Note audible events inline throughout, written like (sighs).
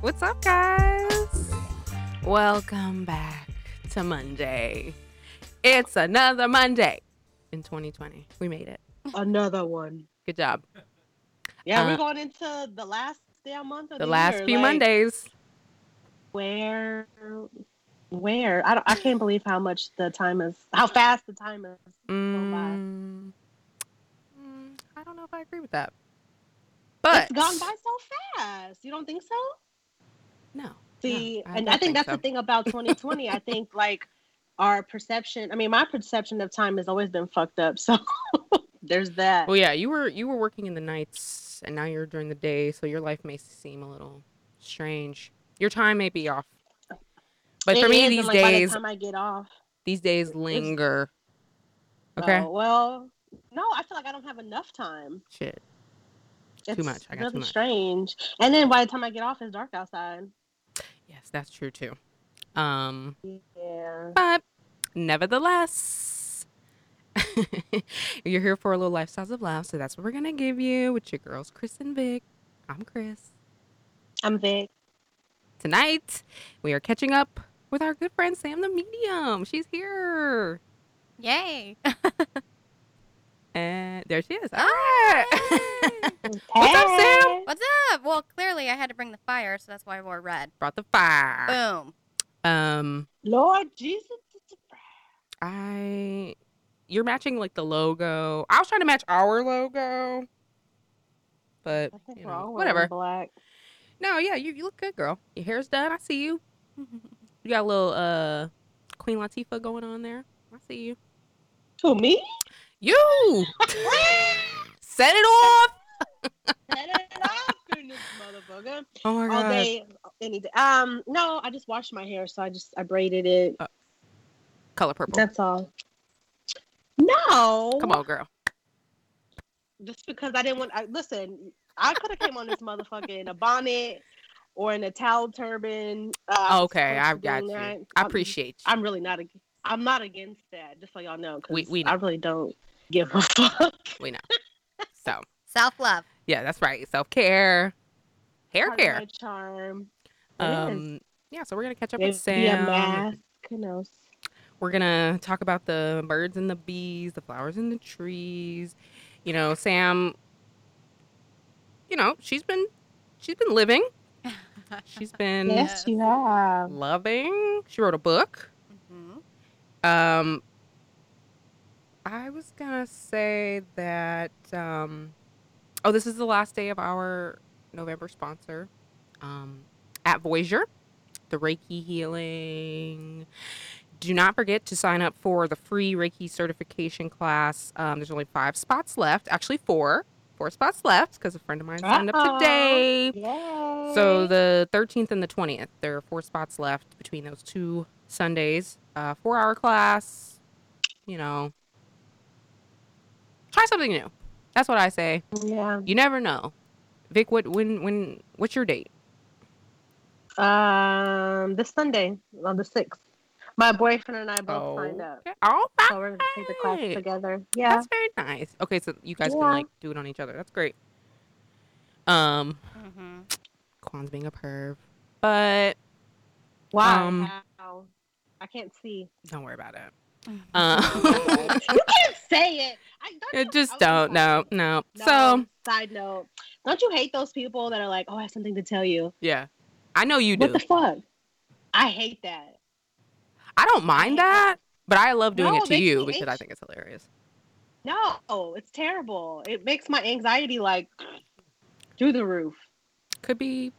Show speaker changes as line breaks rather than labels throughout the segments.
What's up, guys? Welcome back to Monday. It's another Monday in 2020. We made it.
Another one.
Good job.
Yeah,
Uh,
we're going into the last damn month of
The
the
last
year,
few
Oh, like,
Mondays.
Where, where? I don't. I can't believe how much the time is. How fast the time is.
Mm, mm, I don't know if I agree with that. But
it's gone by so fast. You don't think so?
No.
See,
I
and
don't
I think
think
that's
so.
the
(laughs)
thing about 2020. I think like our perception. I mean, my perception of time has always been fucked up. So (laughs) there's that.
Well, yeah, you were you were working in the nights, and now you're during the day, so your life may seem a little strange. Your time may be off. But for
It
me,
is, and,
these
like, by the
days,
time I get off.
these days linger. Okay.
Oh, well, no, I feel like I don't have enough time.
Shit.
It's
much. I got too
really
much.
strange. And then by the time I get off, it's dark outside.
Yes, that's true too. Um,
Yeah.
but nevertheless, (laughs) you're here for a little lifestyles of love, so that's what we're gonna give you with your girls, Chris and Vic. I'm Chris.
I'm Vic.
Tonight, we are catching up with our good friend Sam the Medium. She's here.
Yay!
And there she is. All
(laughs)
right. (laughs) What's up,
Hey.
Sam?
What's up? Well, clearly I had to bring the fire, so that's why I wore red.
Brought the fire.
Uh,
Boom.
Um,
Lord Jesus. it's a
I.
friend.
You're matching like the logo. I was trying to match our logo, but
I think
you
we're
know,
all wearing
whatever.
black.
No, yeah, you, you look good, girl. Your hair's done. I see you.
(laughs)
You got a little uh Queen Latifah going on there. I see you.
Who, me? (laughs)
You set it off.
Set it off in this motherfucker.
Oh my
All day, any day. Um, no, I just washed my hair, so I just I braided it.
Color purple.
That's all. No.
Come on, girl.
just because I didn't want. I, listen, I could have came on this motherfucker in a bonnet or in a towel turban. Uh, was
okay,
close
I
to
got
doing
you.
that.
I
I'm-
appreciate you.
I'm really not. ag- I'm not against that. Just so y'all know, 'cause
We- we know.
I really don't give a (laughs) fuck.
so
Self love.
yeah, that's right. Self care, hair
Part of
care.
my charm. It is.
Um, yeah. So we're gonna catch up
Maybe
with Sam.
a mask. Who knows?
We're gonna talk about the birds and the bees, the flowers and the trees. You know, Sam. You know, she's been, she's been living. She's been
Yes.
Yes, you have.
loving. She wrote a book.
Mhm.
Um, I was gonna say that. Um, oh, this is the last day of our November sponsor, um, at Voyager, the Reiki healing. Do not forget to sign up for the free Reiki certification class. Um, there's only five spots left. Actually, four. Four spots left because a friend of mine signed up
Uh-oh.
today.
Yay.
So the 13th and the 20th, there are four spots left between those two Sundays. Uh, four hour class, you know. Try something new. That's what I say.
yeah.
You never know. Vic, what when when what's your date?
Um, this Sunday on the sixth, my boyfriend and I both signed up.
okay. Oh,
So we're gonna take the class
Alright.
together. Yeah.
that's very nice. Okay, so you guys
Yeah.
can like do it on each other. That's great. Um,
Mhm.
Quan's being a perv, but
Wow.
Um,
Wow. I can't see.
don't worry about it.
Mhm.
(laughs) Um,
(laughs) you can't say it. I don't
I
you-
just
I was
don't. No, no.
No,
So
side note, don't you hate those people that are like, "Oh, I have something to tell you."
yeah, I know you do.
What the fuck? I hate that.
I don't mind
Yeah.
that, but I love doing
No,
it to
makes
you
me
because I
anxious.
think it's hilarious.
No, it's terrible. It makes my anxiety like through the roof.
Could be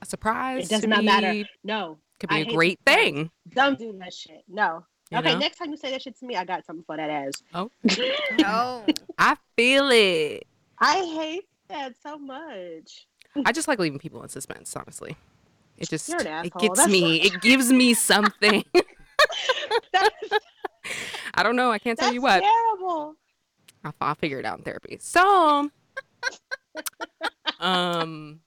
a surprise.
It does
could
not
be,
matter. No,
Could be
I
a
hate
great
surprise.
thing.
don't do that shit. No.
you
okay,
know?
next time you say that shit to me, I got something for that ass.
Oh.
(laughs) no.
I feel it.
I hate that so much.
I just like leaving people in suspense. Honestly, it just
You're an
it
asshole.
gets
That's
me. It gives me
(laughs)
something.
That's,
I don't know. I can't tell
that's
you what.
terrible.
I'll, I'll figure it out in therapy. So, um,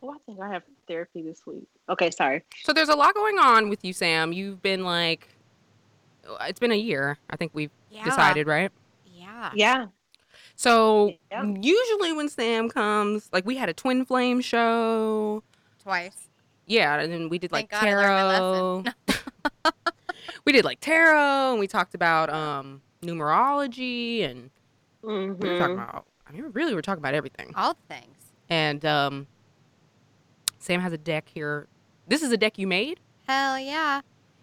Well, Oh, I think I have therapy this week. Okay, sorry.
so there's a lot going on with you, Sam. You've been like, it's been a year. I think we've
Yeah.
decided, right? Ah.
Yeah.
Yeah.
So
Yeah.
usually when Sam comes, like we had a twin flame show.
twice.
yeah, and then we did like
Thank God I learned my
tarot.
lesson.
(laughs) we did like tarot, and we talked about um numerology, and we were talking
Mhm.
Mm-hmm.
about. I mean, really, we were talking about everything.
All the things.
And um, Sam has a deck here. This is a deck you made.
Hell yeah.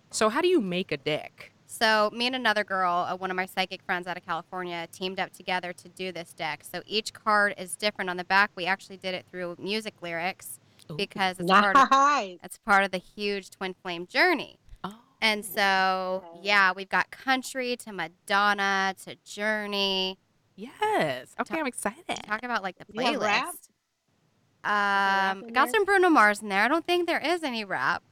So how do you make a deck?
So me and another girl, uh, one of my psychic friends out of California, teamed up together to do this deck. So each card is different. On the back, we actually did it through music lyrics
Ooh.
because it's part of,
Nice.
it's part of the huge twin flame journey.
Oh.
And so,
Okay.
yeah, we've got country to Madonna to Journey.
yes. Okay,
Talk-
I'm excited.
Talk about like the
You have rap?
playlist.
rap
Um,
in
got
there?
some Bruno Mars in there. I don't think there is any rap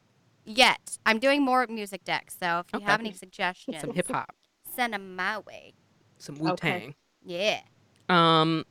yet. I'm doing more music decks, so if you have
Okay.
any suggestions,
Some hip hop,
send them my way.
some Wu Tang.
Yeah.
Um,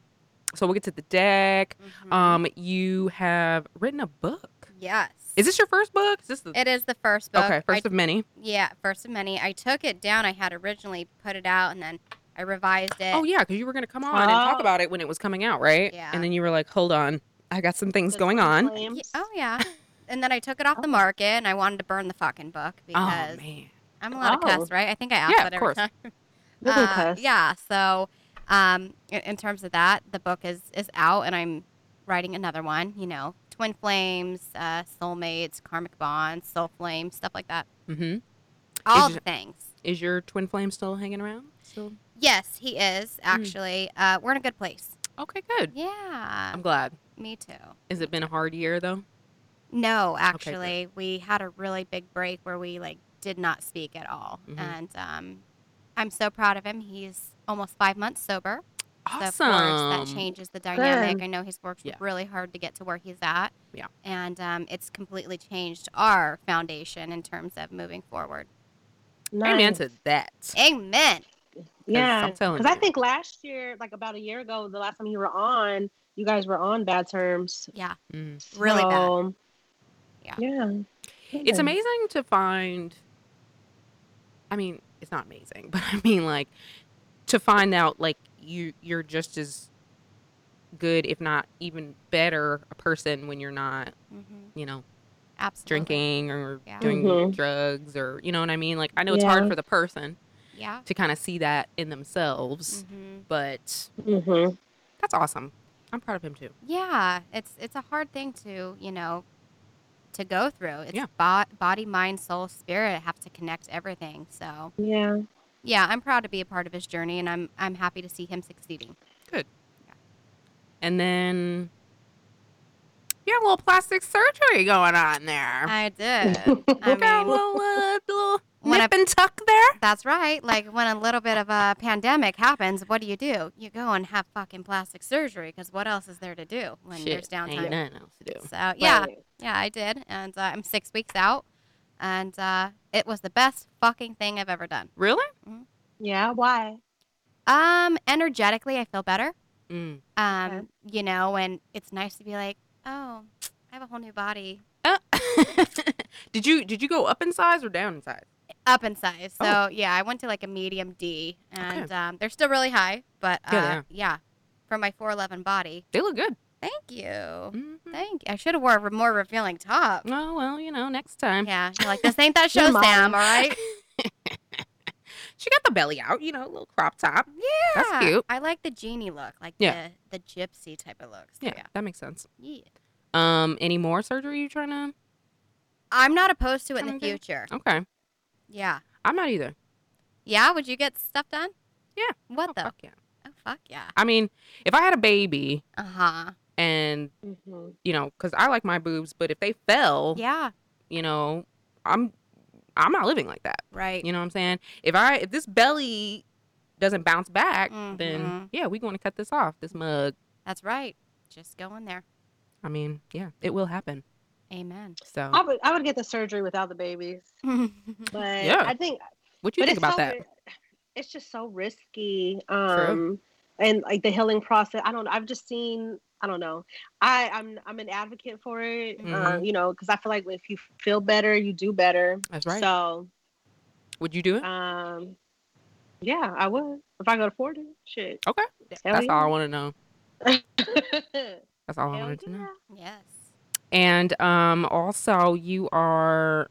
so we'll get to the deck.
Mhm.
Mm-hmm.
Um, you have written a book.
yes.
Is this your first book? Is this the
It is the first book.
okay
I
first of many?
Yeah, first of many. I took it down. I had originally put it out, and then I revised it.
Oh yeah, because you were gonna come on and talk
Oh.
about it when it was coming out, right?
Yeah.
And then you were like, hold on, I got some things going on.
Ye-
Flames.
oh
(laughs)
yeah. and then I took it off the market, and I wanted to burn the fucking book
Oh
because
man.
I'm allowed to
Oh.
cuss, right? I think I asked
Yeah, of
that every
course.
time.
We can
Uh,
cuss.
Yeah. So, um, in, in terms of that, the book is is out, and I'm writing another one. You know, twin flames, uh, soulmates, karmic bonds, soul flame, stuff like that.
Mm-hmm.
All
you-
the things.
Is your twin flame still hanging around? Still.
Yes, he is
Hmm.
actually. Uh, we're in a good place.
Okay, good.
Yeah.
I'm glad.
Me too.
Has it been a hard year though?
No,
great.
actually, we had a really big break where we like did not speak at all,
Mhm.
and um, I'm so proud of him. He's almost five months sober.
Awesome.
So of course, that changes the dynamic.
Good.
I know he's worked
Yeah.
really hard to get to where he's at.
Yeah.
And um, it's completely changed our foundation in terms of moving forward.
Amen
Nice.
to that.
Amen.
Yeah,
I'm telling
because I
you.
think last year, like about a year ago, the last time you were on, you guys were on bad terms.
Yeah.
Mm.
Really bad.
so,
Yeah.
Yeah.
It's amazing to find. I mean, it's not amazing, (laughs) but I mean, like, to find out like you you're just as good, if not even better, a person when you're not,
Mm-hmm.
you know,
Absolutely.
drinking or
Yeah.
doing
Mhm.
drugs or you know what I mean. Like, I know it's hard
Yeah.
for the person
Yeah.
to kind of see that in themselves,
hmm
but
Mm-hmm.
that's awesome. I'm proud of him too.
Yeah. It's it's a hard thing to you know to go through. It's
Yeah.
bo- body, mind, soul, spirit have to connect everything. So
Yeah.
yeah, I'm proud to be a part of his journey, and I'm I'm happy to see him succeeding.
And then you have a little plastic surgery going on there.
I did. I
Look out, (laughs)
mean-
little, uh, little
When
nip and tuck there.
That's right. Like when a little bit of a pandemic happens, what do you do? You go and have fucking plastic surgery because what else is there to do when there's
Ain't
downtime?
nothing else to do.
So yeah,
Right.
yeah, I did, and uh, I'm six weeks out, and uh, it was the best fucking thing I've ever done.
Really?
Yeah. Why?
Um, energetically, I feel better.
Mm.
Um,
Okay.
you know, and it's nice to be like, oh, I have a whole new body,
Uh, (laughs) did you did you go up in size or down in size?
up in size. So
Oh.
yeah, I went to like a medium D, and um, they're still really high, but uh,
Yeah, they are.
yeah, for my 411 body.
They look good.
Thank you.
Mhm.
Thank you. I should have wore a re- more revealing top.
Oh well, you know, next time.
Yeah.
(laughs)
You're like, this ain't that
Your
show,
mom.
Sam, all right?
She got the belly out, you know, a little crop top.
Yeah.
(laughs) That's cute.
I like the genie look, like
Yeah.
the, the gypsy type of look. So,
Yeah,
yeah.
that makes sense.
yeah.
Um, any more surgery you trying to?
I'm not opposed to it in
Sounds
the
good.
future.
Okay,
Yeah.
I'm not either.
Yeah? Would you get stuff done?
Yeah.
What
Oh,
the?
fuck yeah.
Oh, fuck yeah.
I mean, if I had a baby
Uh huh.
and
Mm-hmm.
you know, because I like my boobs, but if they fell,
Yeah.
you know, I'm I'm not living like that.
Right.
You know what I'm saying? If I if this belly doesn't bounce back,
Mm-hmm.
then
Mhm.
yeah, we're going to cut this off. This mug.
That's right. Just go in there.
I mean, yeah, it will happen. (laughs)
Amen.
So,
I would. I would get the surgery without the babies, but
Yeah.
I think
what you
but
think
it's
about
so
that?
ri- It's just so risky. Um and like the healing process. I don't I've just seen I don't know. I I'm I'm an advocate for it. Uh,
Mhm.
you know, cuz I feel like if you feel better, you do better.
That's right.
So,
Would you do it?
um yeah, I would. If I could afford it. Shit.
Okay.
Hell
That's
yeah.
all I want to know. That's all I
(laughs) Hell
wanted to know.
yeah.
yes.
And um, also, you are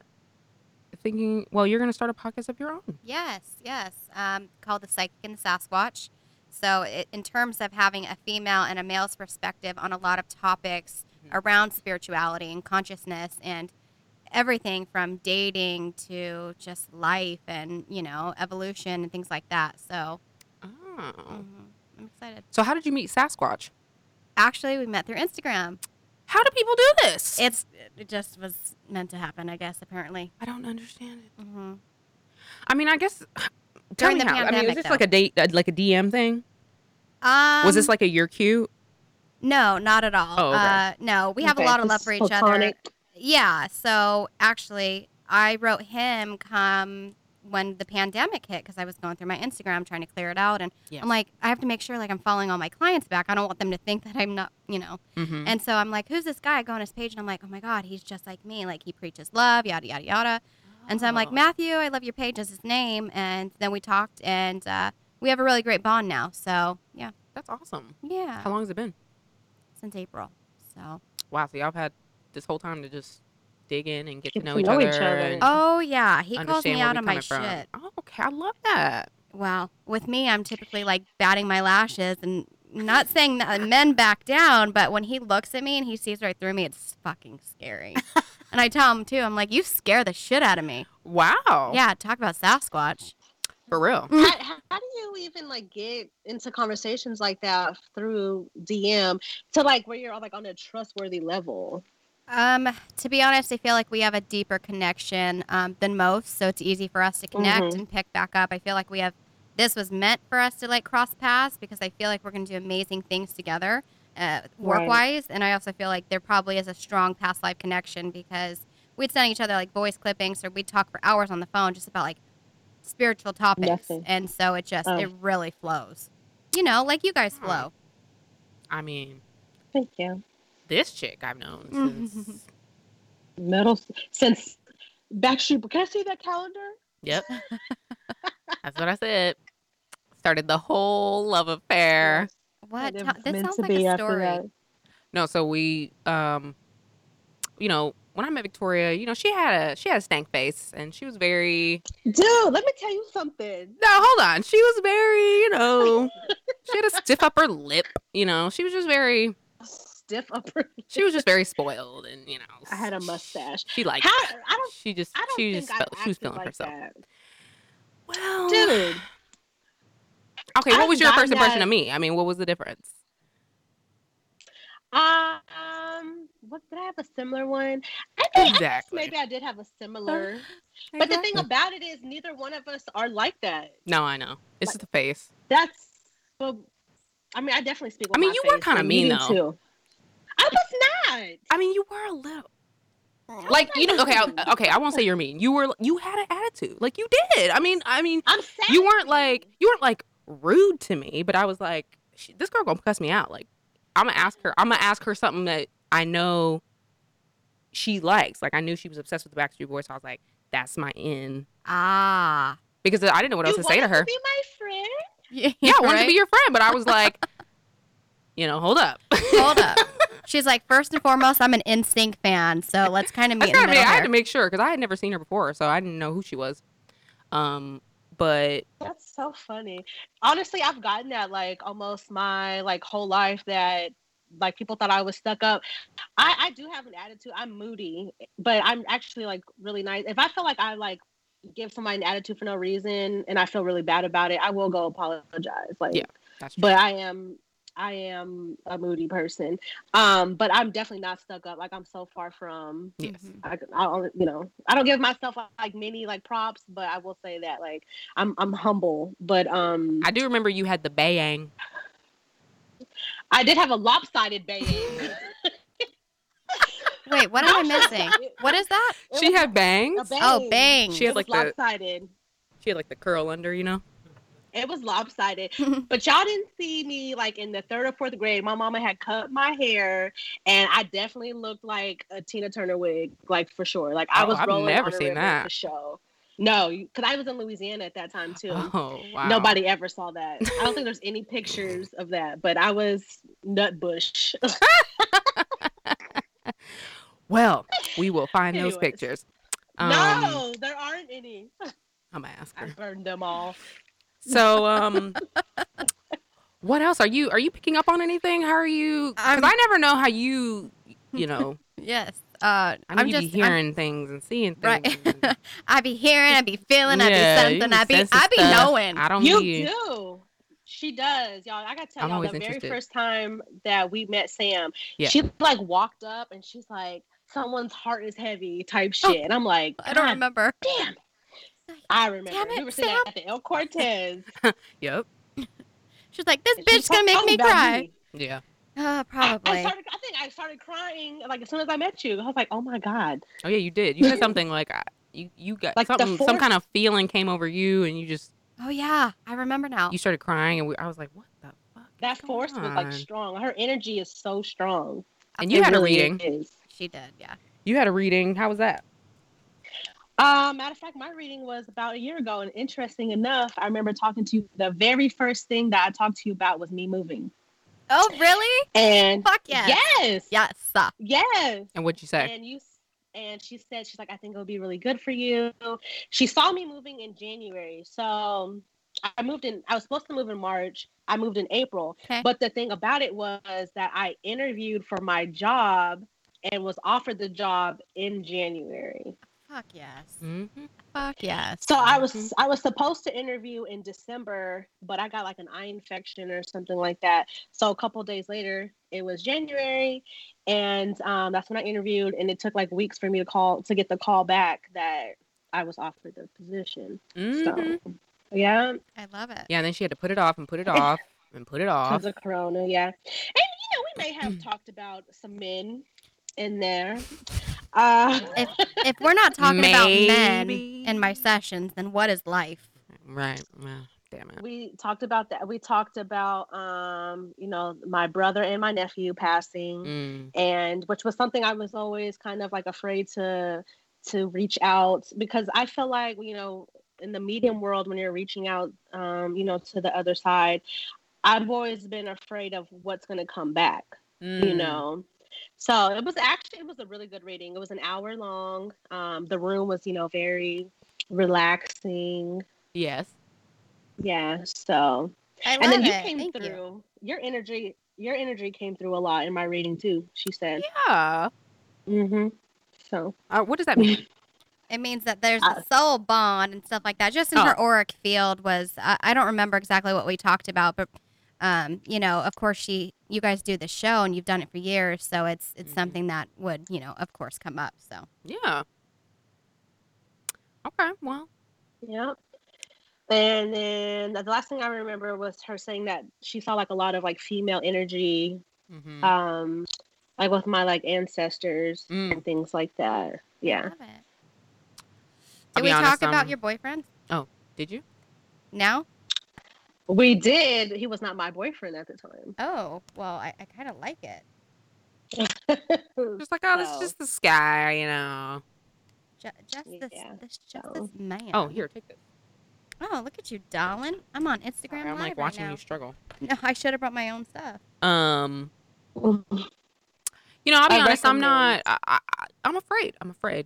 thinking, well, you're going to start a podcast of your own.
Yes, yes. Um, called The Psychic and the Sasquatch. So, it, in terms of having a female and a male's perspective on a lot of topics
Mm-hmm.
around spirituality and consciousness and everything from dating to just life and, you know, evolution and things like that. So,
Oh.
Mm.
mhm, I'm excited.
So, how did you meet Sasquatch?
Actually, we met through Instagram.
How do people do this?
It's it just was meant to happen, I guess. Apparently,
I don't understand it.
hmm
I mean, I guess. (sighs) Tell
During
me
the
how. I mean,
pandemic,
is this
though.
like a date, uh, like a DM thing?
um,
Was this like a you're cute?
no, not at all.
Oh, okay.
uh, no, we have
Okay,
a lot of
this
love
is
for each
platonic.
other. Yeah. So actually, I wrote him come when the pandemic hit because I was going through my Instagram trying to clear it out, and
Yeah.
I'm like, I have to make sure like I'm following all my clients back. I don't want them to think that I'm not, you know.
Mm-hmm.
And so I'm like, who's this guy? I go on his page and I'm like, oh my God, he's just like me. Like he preaches love, yada, yada, yada. And so I'm
Oh,
like, Matthew, I love your page as his name. And then we talked and uh, we have a really great bond now. So yeah,
that's awesome.
yeah,
How long has it been?
since April. So,
Wow, so y'all have had this whole time to just dig in and get,
Get
to know each other. and
Oh,
oh yeah, he calls
understand
me
where
out
we
on my
coming from.
shit.
Oh, okay, I love that.
Well, with me, I'm typically like batting my lashes and not saying that men back down, but when he looks at me and he sees right through me, it's fucking scary. and I tell him too, I'm like, you scare the shit out of me.
Wow.
Yeah, Mm. talk about Sasquatch.
For real.
(laughs) how, how do you even like get into conversations like that through DM to like where you're like on a trustworthy level?
Um, to be honest, I feel like we have a deeper connection um, than most, so it's easy for us to connect
Mhm.
and pick back up. I feel like we have this was meant for us to like cross paths because I feel like we're going to do amazing things together, uh, work wise, and I also feel like there probably is a strong past life connection because we'd send each other like voice clippings or we'd talk for hours on the phone just about like spiritual topics,
Nothing.
and so it just
Oh.
it really flows, you know, like you guys
Wow.
flow.
I mean,
Thank you.
this chick I've
(laughs)
known since.
Metal since Backstreet. Can I see that calendar?
yep. That's what I said. Started the whole love affair.
What
And it
Ta-
was
this
meant
sounds
to
like
be
a
after
story.
that.
No, so we, um, you know, when I met Victoria, you know, she had a she had a stank face, and she was very
Dude, let me tell you something.
No, hold on. She was very, you know, she
(laughs)
had a stiff upper lip. You know, she was just very,
Stiff upper.
she was just very spoiled, and you know,
I had a
s-
mustache.
She like,
How, I don't.
she just,
I don't
she
think
just,
I
felt, she was
acted
feeling
like
herself.
that,
(sighs) Well,
dude.
okay. What
I've
was your
gotten
first impression
that-
of me? I mean, what was the difference?
Um, what did I have a similar one? I think I guess
Exactly.
maybe I did have a similar. But the thing
Exactly.
about it is, neither one of us are like that.
no, I know. It's just the face.
That's well. I mean, I definitely speak. With
I mean,
my
you were
face,
kinda
and
mean,
you do
though.
Too. I was
I mean, you were a little.
not.
Like you know, okay, I, okay. I won't say you're mean. You were, you had an attitude. Like you did. I mean, I mean,
I'm sad.
you weren't like you weren't like rude to me, but I was like, "Sh- this girl gonna cuss me out. Like, I'm gonna ask her. I'm gonna ask her something that I know she likes. Like, I knew she was obsessed with the Backstreet Boys, so I was like, that's my in
Ah. (laughs)
because I didn't know what
you
else to say to
wanted
her.
Be my friend.
Yeah,
yeah, I wanted
right?
to be your friend, but I was like, (laughs) you know, hold up.
Hold up. She's like, first and foremost, I'm an NSYNC fan, so let's kind of
(laughs)
meet
That's
in the
gotta be-
middle
I had
here.
to make sure because I had never seen her before, so I didn't know who she was. Um, but
That's so funny. Honestly, I've gotten that like almost my like whole life that like people thought I was stuck up. I I do have an attitude. I'm moody, but I'm actually like really nice. If I feel like I like give somebody an attitude for no reason and I feel really bad about it, I will go apologize. Like
Yeah, that's true.
but I am I am a moody person. Um but I'm definitely not stuck up. Like I'm so far from
yes,
Mhm.
I, I only, you know, I don't give myself like many like props, but I will say that like I'm I'm humble, but um
I do remember you had the bayang.
I did have a
(laughs)
lopsided bang.
Wait, what am I missing? What is that?
She had bangs.
a bang.
Oh, bang.
She had,
it was
like, the-
lopsided.
She had like the curl under, you know.
It was lopsided,
(laughs)
but y'all didn't see me like in the third or fourth grade. My mama had cut my hair, and I definitely looked like a Tina Turner wig, like for sure. Like I
Oh,
was
I've
rolling
never
on a
seen
river
that.
for show. No, because I was in Louisiana at that time too.
Oh wow!
Nobody ever saw that. I don't think there's any pictures of
(laughs)
that, but I was nut bush.
Well, we will find those
Anyways.
pictures.
Um,
Um,
no, there aren't any.
I'm gonna ask
I
her.
burned them all.
So,
(laughs)
um, what else are you are you picking up on anything? How are you? Because
I'm-
I never know how you you know.
Yes. Uh,
I mean,
I'm
you
just
be
I'm-
hearing things and seeing things.
Right.
and-
(laughs) I be hearing, I be feeling,
Yeah,
I
you
be something, I be,
sense the
I be
stuff.
(laughs) knowing.
I don't.
You
be-
do. She does, y'all. I gotta tell
I'm
y'all
always
the
interested.
very first time that we met Sam,
Yeah.
she like walked up and she's like, "Someone's heart is heavy" type
Oh,
shit. And I'm like,
I don't
"God
remember.
Damn. it." I remember.
Damn
we
it,
were sitting
Sam.
at the El Cortez.
(laughs)
Yep.
She's like, this
and she
bitch gonna
talked
make me
about
cry.
Yeah.
Uh,
I, I
probably.
started. I think I started crying like as soon as I met you. I was like, "Oh my god!"
Oh yeah, you did. You said something like I- you you got
Like the
something some
fourth-
kind of feeling came over you and you just
Oh yeah, I remember now.
you started crying and we, I was like, what the fuck? is
That force was
going on?"
like strong. Her energy is so strong.
and
It
you had a
really
reading.
is.
She did, yeah.
You had a reading. How was that?
Uh, matter of fact, my reading was about a year ago, and interesting enough, I remember talking to you. The very first thing that I talked to you about was me moving.
Oh really?
And
Fuck yes.
yes,
Yes. uh,
yes.
And what'd you say?
And you s- and she said she's like, I think it'll be really good for you. She saw me moving in January, so I moved in. I was supposed to move in March. I moved in April.
Okay.
(laughs) But the thing about it was that I interviewed for my job and was offered the job in January.
Fuck yes.
Mm-hmm.
Fuck yes.
So I
Mhm.
was I was supposed to interview in December, but I got like an eye infection or something like that. So a couple days later, it was January, and um, that's when I interviewed, and it took like weeks for me to call to get the call back that I was offered the position.
hmm
So yeah,
I love it.
Yeah. And then she had to put it off and put it (laughs) off and put it off.
because of Corona, yeah, and you know we may have talked about some men in there. Uh,
If we're not talking about men
Maybe.
in my sessions, then what is life?
Right. Well, damn it.
(laughs) we talked about that. We talked about um, you know my brother and my nephew passing.
Mm.
and which was something I was always kind of like afraid to to reach out because I feel like you know in the medium world when you're reaching out um, you know to the other side, I've always been afraid of what's going to come back, you
Mm.
know. So it was actually it was a really good reading. It was an hour long. Um, the room was you know very relaxing.
Yes.
Yeah, so
I love
and then you
it.
came
Thank
through.
you.
Your energy, your energy came through a lot in my reading too. She said.
Yeah.
Mm-hmm. So
Uh, what does that mean? (laughs)
It means that there's
Uh,
a soul bond and stuff like that. Just in her auric field was I I don't remember exactly what we talked about, but um, you know, of course she you guys do the show and you've done it for years, so it's it's
Mhm.
something that would, you know, of course come up. So
Yeah. Okay. Well.
Yep. And then the last thing I remember was her saying that she saw like a lot of like female energy,
Mm.
mhm.
um, like with my like ancestors
Mm.
and things like that. Yeah.
love it.
I'll be
Did we
honest,
talk about
um,
your boyfriend
Did you?
now?
We did. He was not my boyfriend at the time. (laughs)
Oh, well, I, I kinda like it.
Just like, oh, this is
No.
just this guy, you know.
Ju- just this
Yeah,
this just
so-
this man.
Oh, here, take this.
Oh, look at you, darling. I'm on Instagram
Sorry, I'm like
live right
watching
now.
you struggle.
No, I should have brought my own stuff.
(laughs) Um, you know, I'll be
I
honest. I'm not.
recommend-
I, I, I- I'm afraid. I'm afraid.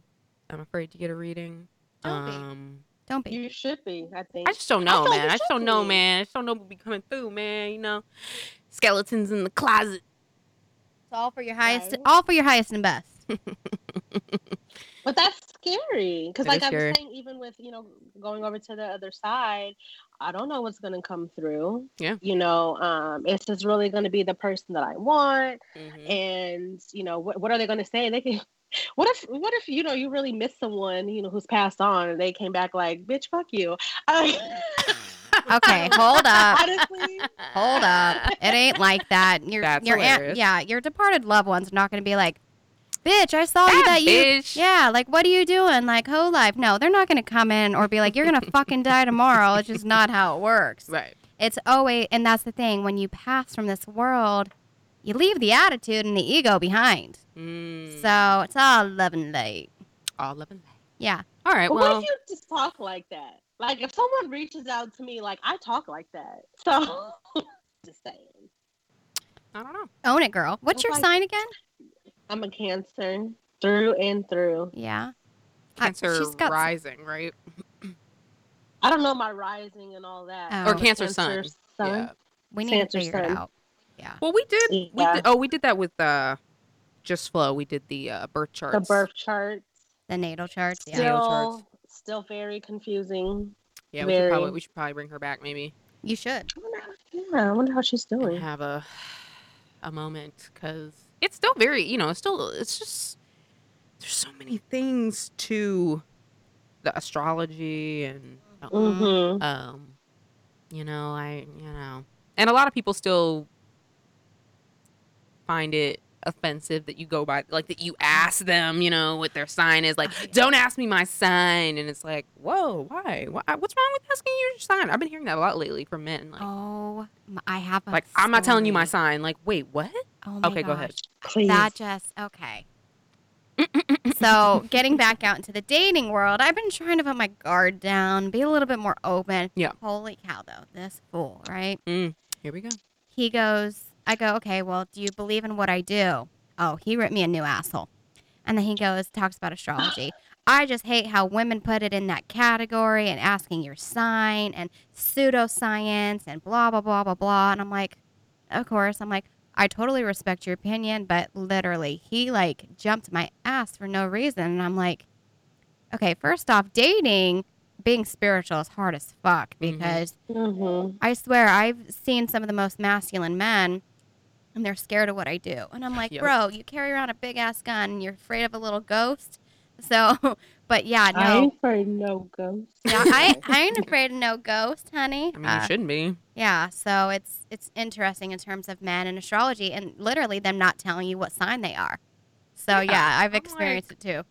I'm afraid to get a reading.
Don't be.
um,
Don't be.
you should be, I think.
I just don't know,
thought
man.
you
I just don't know,
should be.
man. I just don't know what be coming through, man. You know, skeletons in the closet.
It's all for your highest,
Right.
all for your highest and (laughs) best.
But that's scary because,
It
like
is
I was
scary.
saying, even with you know going over to the other side, I don't know what's gonna come through.
Yeah.
you know, um, is this really gonna be the person that I want?
(laughs) Mhm.
And you know, what what are they gonna say? They can. (laughs) What if what if you know you really miss someone you know who's passed on and they came back like bitch fuck you? (laughs)
(laughs)
I-
Okay, hold up,
honestly,
hold up. It ain't like that. Your
That's
your aunt,
hilarious.
yeah, your departed loved ones are not going to be like, bitch, I saw Oh, you that
That
you.
bitch.
Yeah, like what are you doing? Like whole life? No, they're not going to come in or be like, you're going to fucking die tomorrow. It's just not how it works.
Right.
It's always, and that's the thing. When you pass from this world, you leave the attitude and the ego behind.
Mm.
So it's all love and light.
all love and light.
Yeah.
All right.
what
Well.
if you just talk like that? Like if someone reaches out to me, like I talk like that. So (laughs) just saying,
I don't know.
Own it, girl. What's
Well,
your
like-
sign again?
I'm a Cancer. through and through.
Yeah. Uh,
Cancer
she's got s-
rising, right?
I don't know my rising and all that.
Oh.
Or cancer, sun. Yeah.
We need
Cancer
to figure it
Sun.
out. Yeah.
Well, we did. We
Yeah.
did, oh, we did that with uh, just flow. We did the uh, birth charts.
The birth chart
The natal charts. Yeah.
Natal charts.
still still very confusing.
Yeah, we should, probably,
very-
we should probably bring her back maybe
You should.
I wonder how- Yeah, I wonder how she's
and
doing.
have a a moment because it's still very you know it's still it's just there's so many things to the astrology and
Mm-hmm.
um you know I you know and a lot of people still find it offensive that you go by like that you ask them you know what their sign is like
Oh, yeah.
don't ask me my sign and it's like whoa why, why what's wrong with asking you your sign i've been hearing that a lot lately from men like
Oh, my, I have a
like i'm not telling you my
story.
sign like wait what
Oh my
Okay, go ahead.
gosh.
Please.
That just okay. (laughs) so getting back out into the dating world, I've been trying to put my guard down, be a little bit more open.
Yeah.
Holy cow, though, this fool, right?
here we go
He goes, I go, okay, well, do you believe in what I do? Oh, he ripped me a new asshole, and then he goes, talks about astrology. I just hate how women put it in that category and asking your sign and pseudoscience and blah blah blah blah blah. And I'm like, of course. I'm like, I totally respect your opinion, but literally, he like jumped my ass for no reason. And I'm like, okay, first off, dating, being spiritual is hard as fuck
Mhm.
because
Mm-hmm.
I swear I've seen some of the most masculine men and they're scared of what I do. And I'm
(laughs)
like,
Yep.
bro, you carry around a big ass gun and you're afraid of a little ghost. So, (laughs) but yeah,
I
no.
ain't for no ghost.
(laughs) No, I, I ain't afraid of no ghost, honey.
i mean
Uh,
you shouldn't be
yeah, so it's it's interesting in terms of men and astrology and literally them not telling you what sign they are. So
Yeah,
yeah, I've
I'm
experienced it too.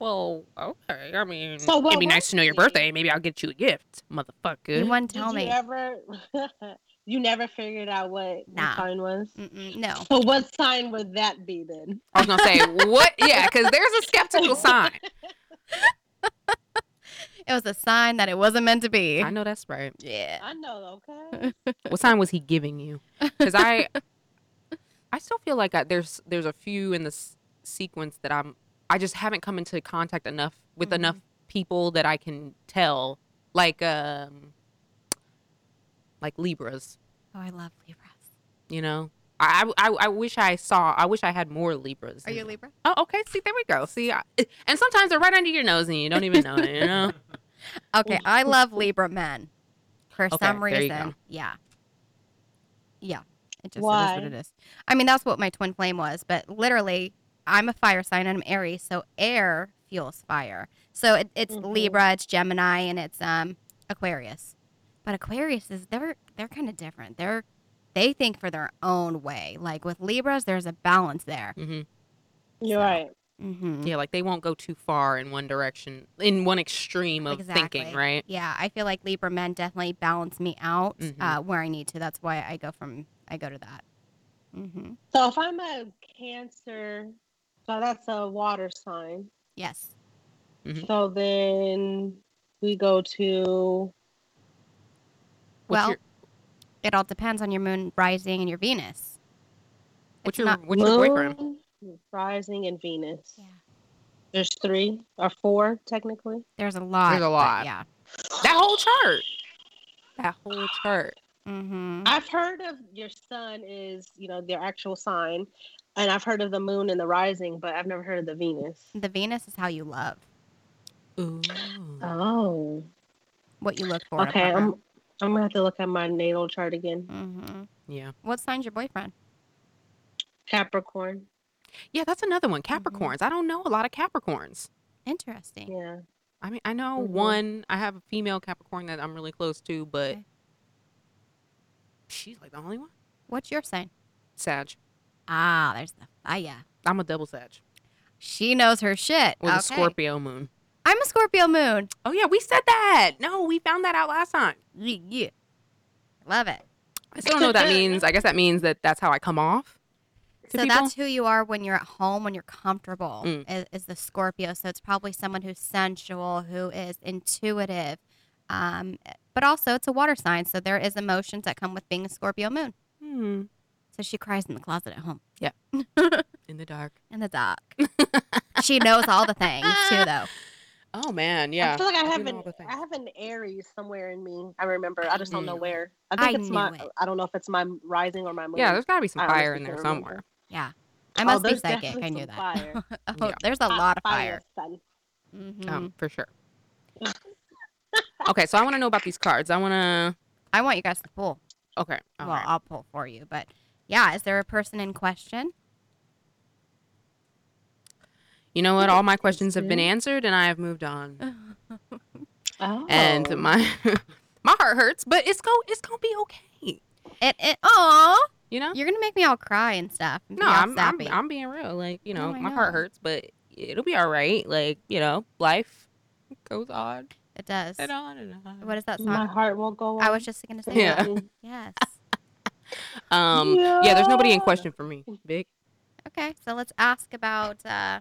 well okay i mean
(laughs) So what
it'd be
was
nice to know your
it?
birthday maybe i'll get you a gift
You
motherfucker
wouldn't
Did
tell
you
me.
ever? (laughs) you never figured out what your
Nah.
sign was.
Mm-mm, no.
So what sign would that be then?
i was gonna say what yeah because there's a skeptical sign
It was a sign that it wasn't meant to be.
i know that's right
Yeah.
I know,
(laughs)
okay.
What sign was he giving you? Because I, I still feel like I, there's there's a few in this sequence that I'm I just haven't come into contact enough with
Mhm.
enough people that I can tell like um like Libras,
Oh, I love Libras.
you know. I, I, I- I wish I saw I wish I had more Libras.
Are
in
you a
me.
Libra?
Oh, okay. See, there we go. See, I, and sometimes they're right under your nose and you don't even know it. You
(laughs)
know.
Okay, I love Libra men. For
Okay,
some
there you
reason,
go.
yeah, yeah. It just
Why?
it is what it is. I mean, that's what my twin flame was, but literally, I'm a fire sign and I'm Aries, so air fuels fire. So it, it's
Mhm.
Libra, it's Gemini, and it's um Aquarius. But Aquarius is they're they're kind of different. They're they think for their own way. Like with Libras, there's a balance there.
hmm
You're right.
hmm
Yeah, like they won't go too far in one direction, in one extreme of thinking,
Exactly.
right?
Yeah, I feel like Libra men definitely balance me out
Mhm.
uh, where I need to. That's why I go from I go to that. hmm
So if I'm a Cancer, so that's a water sign.
Yes. Mm-hmm.
Mhm.
So then we go to
What's
well,
your-
it all depends on your moon rising and your Venus.
What's
It's
your
not-
what's your boyfriend?
Moon, Rising, and Venus.
Yeah.
There's three or four technically.
There's a lot.
There's a
but
lot.
Yeah.
That whole chart. That whole chart.
hmm
I've heard of your sun is, you know, their actual sign, and I've heard of the moon and the rising, but I've never heard of the Venus.
The Venus is how you love,
Ooh.
Um,
Oh,
what you look for. in a
okay. I'm,
um,
partner.
I'm gonna have to look at my natal chart again.
Mhm.
Yeah.
What sign's your boyfriend?
Capricorn.
Yeah, that's another one.
mm-hmm.
Capricorns. I don't know a lot of Capricorns.
Interesting.
Yeah.
I mean, I know
Mm-hmm.
Mhm.
one. I have a female Capricorn that I'm really close to, but
Okay.
she's like the only one.
What's your sign?
Sag.
Ah, there's the fire.
I'm a double Sag
She knows her shit.
with a
Okay.
Scorpio moon.
I'm a Scorpio moon.
Oh yeah, we said that. No, we found that out last time.
Yeah, yeah. Love it.
I still don't know what that means. I guess that means that that's how I come off. to
So
people.
that's who you are when you're at home, when you're comfortable,
Mm.
is, is the Scorpio. So it's probably someone who's sensual, who is intuitive. Um, but also, it's a water sign. So there is emotions that come with being a Scorpio moon.
Hmm.
So she cries in the closet at home
in the dark.
in the dark. she knows all the things too, though.
Oh man, yeah.
I feel like I
do
have
know
an
all the things.
I have an Aries somewhere in me. I remember. I just don't know
Mm.
where. I
I
think it's
knew
my.
it.
I don't know if it's my rising or my moon.
yeah, there's got to be some
I
fire
honestly
in there
can't
somewhere.
remember.
Yeah, I
Oh,
must be
there's
psychic.
definitely
I knew
some
that.
fire.
oh,
Yeah.
there's (laughs) a
Hot
lot of fire.
sun.
Mhm.
Um, for (laughs) sure. okay, so I want to know about these cards. I want to.
I want you guys to pull.
Okay. all
well,
right.
I'll pull for you, but yeah, is there a person in question?
You know what? All my questions have been answered, and I have moved on.
Oh.
And my (laughs) my heart hurts, but it's go it's gonna be okay.
It, it oh,
You know?
you're gonna make me all cry and stuff. and be
No,
all
I'm, I'm
sappy.
I'm being real. Like you know,
No, I
Oh my heart
know.
hurts, but it'll be all right. Like you know, life goes on
It does.
and on and on.
What is that
my
song?
heart won't go on.
I was just gonna say.
Yeah.
that. (laughs) Yes.
Um, yeah. there's nobody in
Yeah.
question for me. Big.
Okay, so let's ask about uh,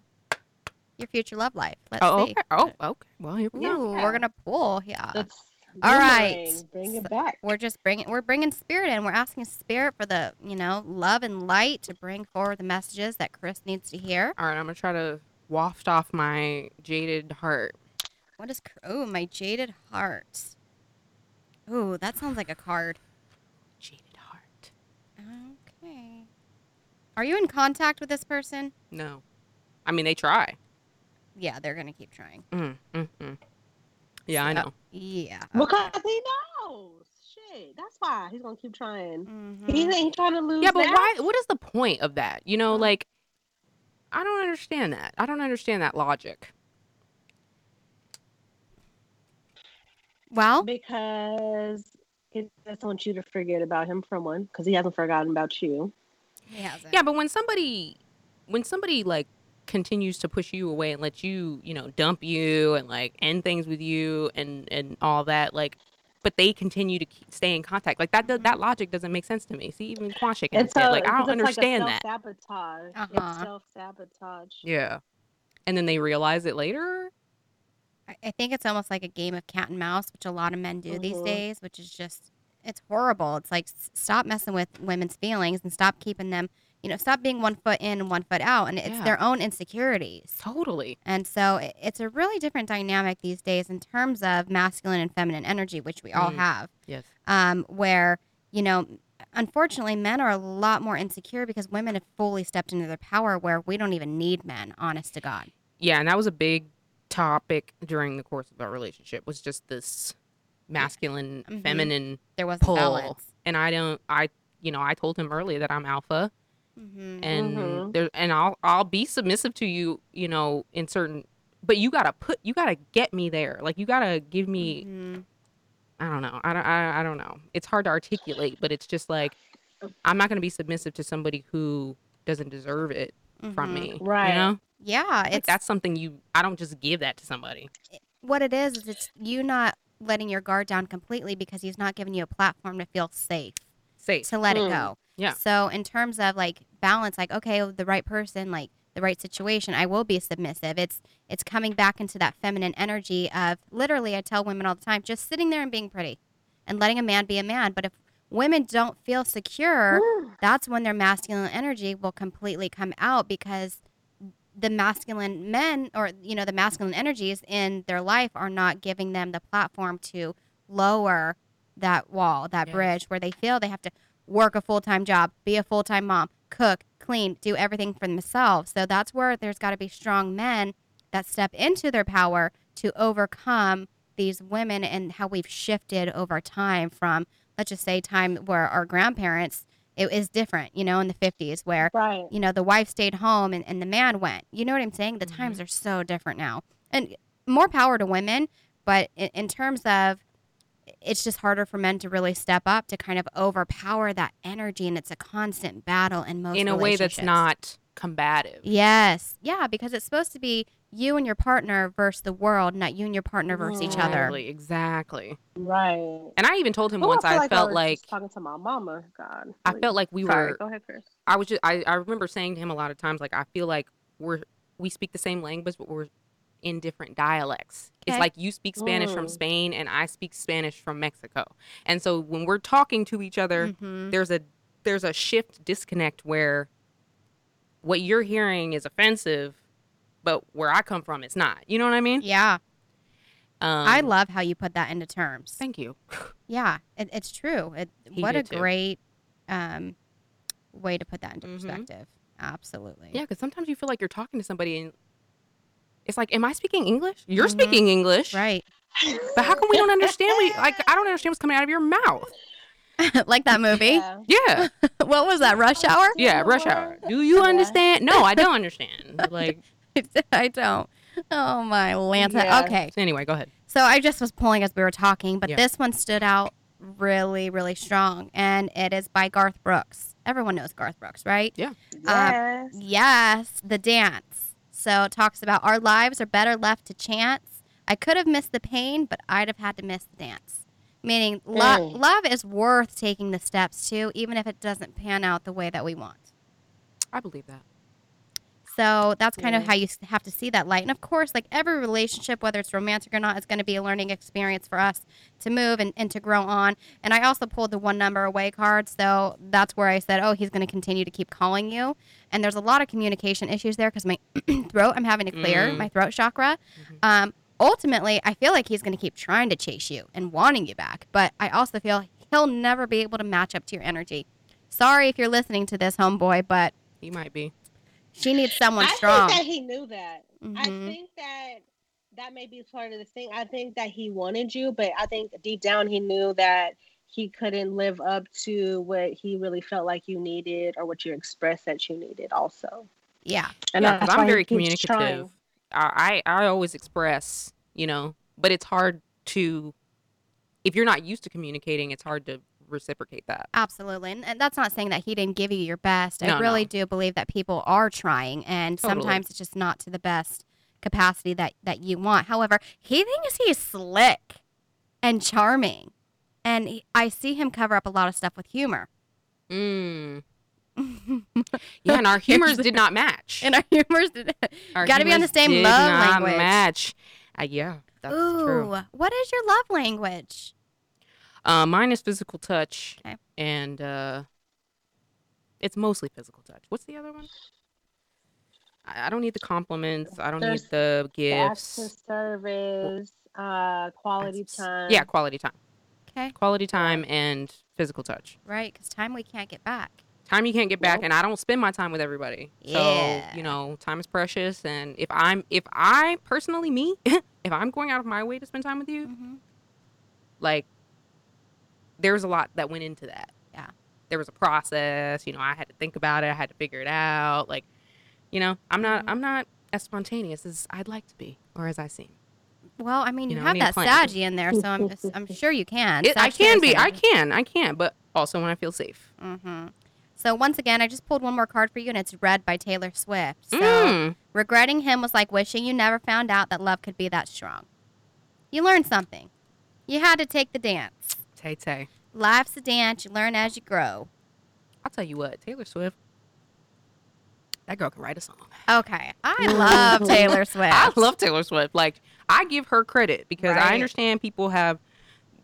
your future love life. Let's
Oh,
see.
okay. Oh, okay. Well, here we
Ooh,
go.
we're gonna pull. Yeah.
That's
All right.
boomerang. Bring
So-
it back.
we're just bringing we're bringing spirit in. We're asking spirit for the you know love and light to bring forward the messages that Chris needs to hear.
All right, I'm gonna try to waft off my jaded heart.
What is cr- oh my jaded heart? Ooh, that sounds like a card.
Jaded heart.
Okay. Are you in contact with this person?
No, I mean they try.
Yeah, they're gonna keep trying.
Mm, mm, mm. Yeah, I
So-
know.
Yeah.
Because he knows. Shit. That's why he's gonna keep trying. He
Mhm.
ain't trying to lose.
Yeah, but
now.
why? What is the point of that? You know,
Uh.
like I don't understand that. I don't understand that logic.
Well,
Because he just wants you to forget about him for one, because he hasn't forgotten about you.
he hasn't.
Yeah, but when somebody when somebody like continues to push you away and let you, you know, dump you and like end things with you and and all that like but they continue to keep, stay in contact. Like that do- that logic doesn't make sense to me. See, even Quanshik and
so
like I don't understand that.
Sabotage.
Uh-huh.
It's self sabotage.
Yeah. And then they realize it later.
I, I think it's almost like a game of cat and mouse, which a lot of men do these
Mhm.
days, which is just it's horrible. It's like s- stop messing with women's feelings and stop keeping them, you know, stop being one foot in and one foot out, and it's
Yeah.
their own insecurities.
Totally.
And so i- it's a really different dynamic these days in terms of masculine and feminine energy, which we all
Mm.
have,
Yes.
um, where, you know, unfortunately, men are a lot more insecure because women have fully stepped into their power where we don't even need men, honest to God.
Yeah, and that was a big topic during the course of our relationship was just this masculine
Mhm.
feminine
There was
Pull.
balance.
and I don't I you know, I told him earlier that I'm alpha
Mm-hmm.
and
Mhm.
there and I'll I'll be submissive to you, you know, in certain but you gotta put you gotta get me there. Like you gotta give me
Mm-hmm.
I don't know. I don't I, I don't know. It's hard to articulate, but it's just like I'm not gonna be submissive to somebody who doesn't deserve it from me. You
Right.
know?
Mm-hmm. Yeah,
Like
it's
that's something you I don't just give that to somebody.
what it is. Is it's you not letting your guard down completely because he's not giving you a platform to feel safe.
Say
to let it
Mm.
go.
Yeah.
So in terms of like balance, like okay, the right person, like the right situation, I will be submissive. It's it's coming back into that feminine energy of literally. I tell women all the time, just sitting there and being pretty, and letting a man be a man. But if women don't feel secure, that's when their masculine energy will completely come out because the masculine men or you know the masculine energies in their life are not giving them the platform to lower that wall that
Yes.
bridge where they feel they have to work a full-time job be a full-time mom cook clean do everything for themselves so that's where there's got to be strong men that step into their power to overcome these women and how we've shifted over time from let's just say time where our grandparents it is different, you know, in the 50s where,
Right.
you know, the wife stayed home and, and the man went. You know what I'm saying? The times
Mm-hmm.
are so different now. And more power to women, but in, in terms of it's just harder for men to really step up to kind of overpower that energy and it's a constant battle in most
in a way that's
relationships.
not combative.
Yes. Yeah, because it's supposed to be you and your partner versus the world, not you and your partner versus each other.
Exactly, exactly.
Right.
And I even told him
Ooh,
once I,
feel
felt
was
like
just talking to my mama. God.
I
please.
felt like we
Sorry,
were
Go ahead, Chris.
I was just I, I remember saying to him a lot of times like I feel like we're we speak the same language but we're in different dialects. It's
Okay.
like you speak Spanish from
Mm.
Spain and I speak Spanish from Mexico. And so when we're talking to each other
Mhm.
there's a there's a shift disconnect where what you're hearing is offensive, but where I come from, it's not. You know what I mean?
Yeah.
Um,
I love how you put that into terms.
Thank you.
Yeah, it, it's true. It,
He
what a
did too.
great um, way to put that into
Mhm.
perspective. Absolutely.
Yeah, because sometimes you feel like you're talking to somebody and it's like, am I speaking English? You're
Mhm.
speaking English,
Right.
(laughs)
(laughs)
But how
(laughs)
come we don't understand? We like, I don't understand what's coming out of your mouth.
like that movie.
Um,
Yeah.
Yeah,
(laughs) what was that?
(laughs)
Rush Hour? (laughs)
yeah. Rush hour. Do you
Yeah.
understand? No, I don't
(laughs)
understand. Like,
I don't. Oh my Lanta.
Yeah.
Okay.
so anyway, go ahead.
So I just was pulling as we were talking, but
Yeah.
this one stood out really, really strong, and it is by Garth Brooks. Everyone knows Garth Brooks, right?
Yes.
Yes, the dance. So it talks about our lives are better left to chance. I could have missed the pain, but I'd have had to miss the dance. Meaning, lo-
Mm.
love is worth taking the steps to, even if it doesn't pan out the way that we want.
I believe that.
So that's kind of
Yeah.
how you s- have to see that light. And of course, like every relationship, whether it's romantic or not, is going to be a learning experience for us to move and, and to grow on. And I also pulled the one number away card. So that's where I said, oh, he's going to continue to keep calling you. And there's a lot of communication issues there because my (clears throat) throat, I'm having to clear
Mm-hmm.
Mm.
my throat chakra.
Mhm.
Um, ultimately, I feel like he's going to keep trying to chase you and wanting you back. But I also feel he'll never be able to match up to your energy. Sorry if you're listening to this, homeboy, but
He might be.
she needs someone
I
strong.
think that he knew that. I
Mm-hmm.
Mhm.
think that that may be part of the thing. I think that he wanted you, but I think deep down he knew that he couldn't live up to what he really felt like you needed or what you expressed that you needed also.
Yeah.
And
yeah, 'cause
that's
I'm
why he
very
keeps
communicative.
trying.
I, I I always express, you know, but it's hard to if you're not used to communicating, it's hard to reciprocate that.
Absolutely. And, and that's not saying that he didn't give you your best. I
No,
really
no.
do believe that people are trying and
Totally.
sometimes it's just not to the best capacity that, that you want. However, he thinks he's slick and charming. And he, I see him cover up a lot of stuff with humor. (laughs)
Mm. Yeah,
(laughs)
and our humors did not match.
and our humor's
Our
gotta be on the
humors
same
did
love
not
language.
Match. Uh, yeah, that's
Ooh,
true.
what is your love language?
Uh, mine is physical touch,
Okay.
and uh, it's mostly physical touch. What's the other one? I, I don't need the compliments. I don't
There's
need the
The
gifts.
acts of service, uh, quality
Acts of s-
time.
Yeah, quality time.
Okay,
Quality time and physical touch.
right, because time we can't get back.
Time you can't get back,
Nope.
and I don't spend my time with everybody.
Yeah.
So you know, time is precious, and if I'm if I personally me, (laughs) if I'm going out of my way to spend time with you,
Mhm.
like there's a lot that went into that.
Yeah.
There was a process, you know, I had to think about it, I had to figure it out. Like, you know, I'm not
Mhm.
I'm not as spontaneous as I'd like to be or as I seem.
Well, I mean, you,
You know, I
have
need a
that
plan.
Sagie in there, so I'm, I'm sure you can.
It, I
Sagittarius
can be, I
energy.
can, I can, but also when I feel safe.
Mm-hmm. So once again, I just pulled one more card for you, and it's Red by Taylor Swift. So
Mm.
regretting him was like wishing you never found out that love could be that strong. You learned something. You had to take the dance.
Tay Tay.
Life's a dance. You learn as you grow.
I'll tell you what, Taylor Swift. That girl can write a song.
Okay, I love
(laughs)
Taylor Swift.
I love Taylor Swift. Like I give her credit because
Right.
I understand people have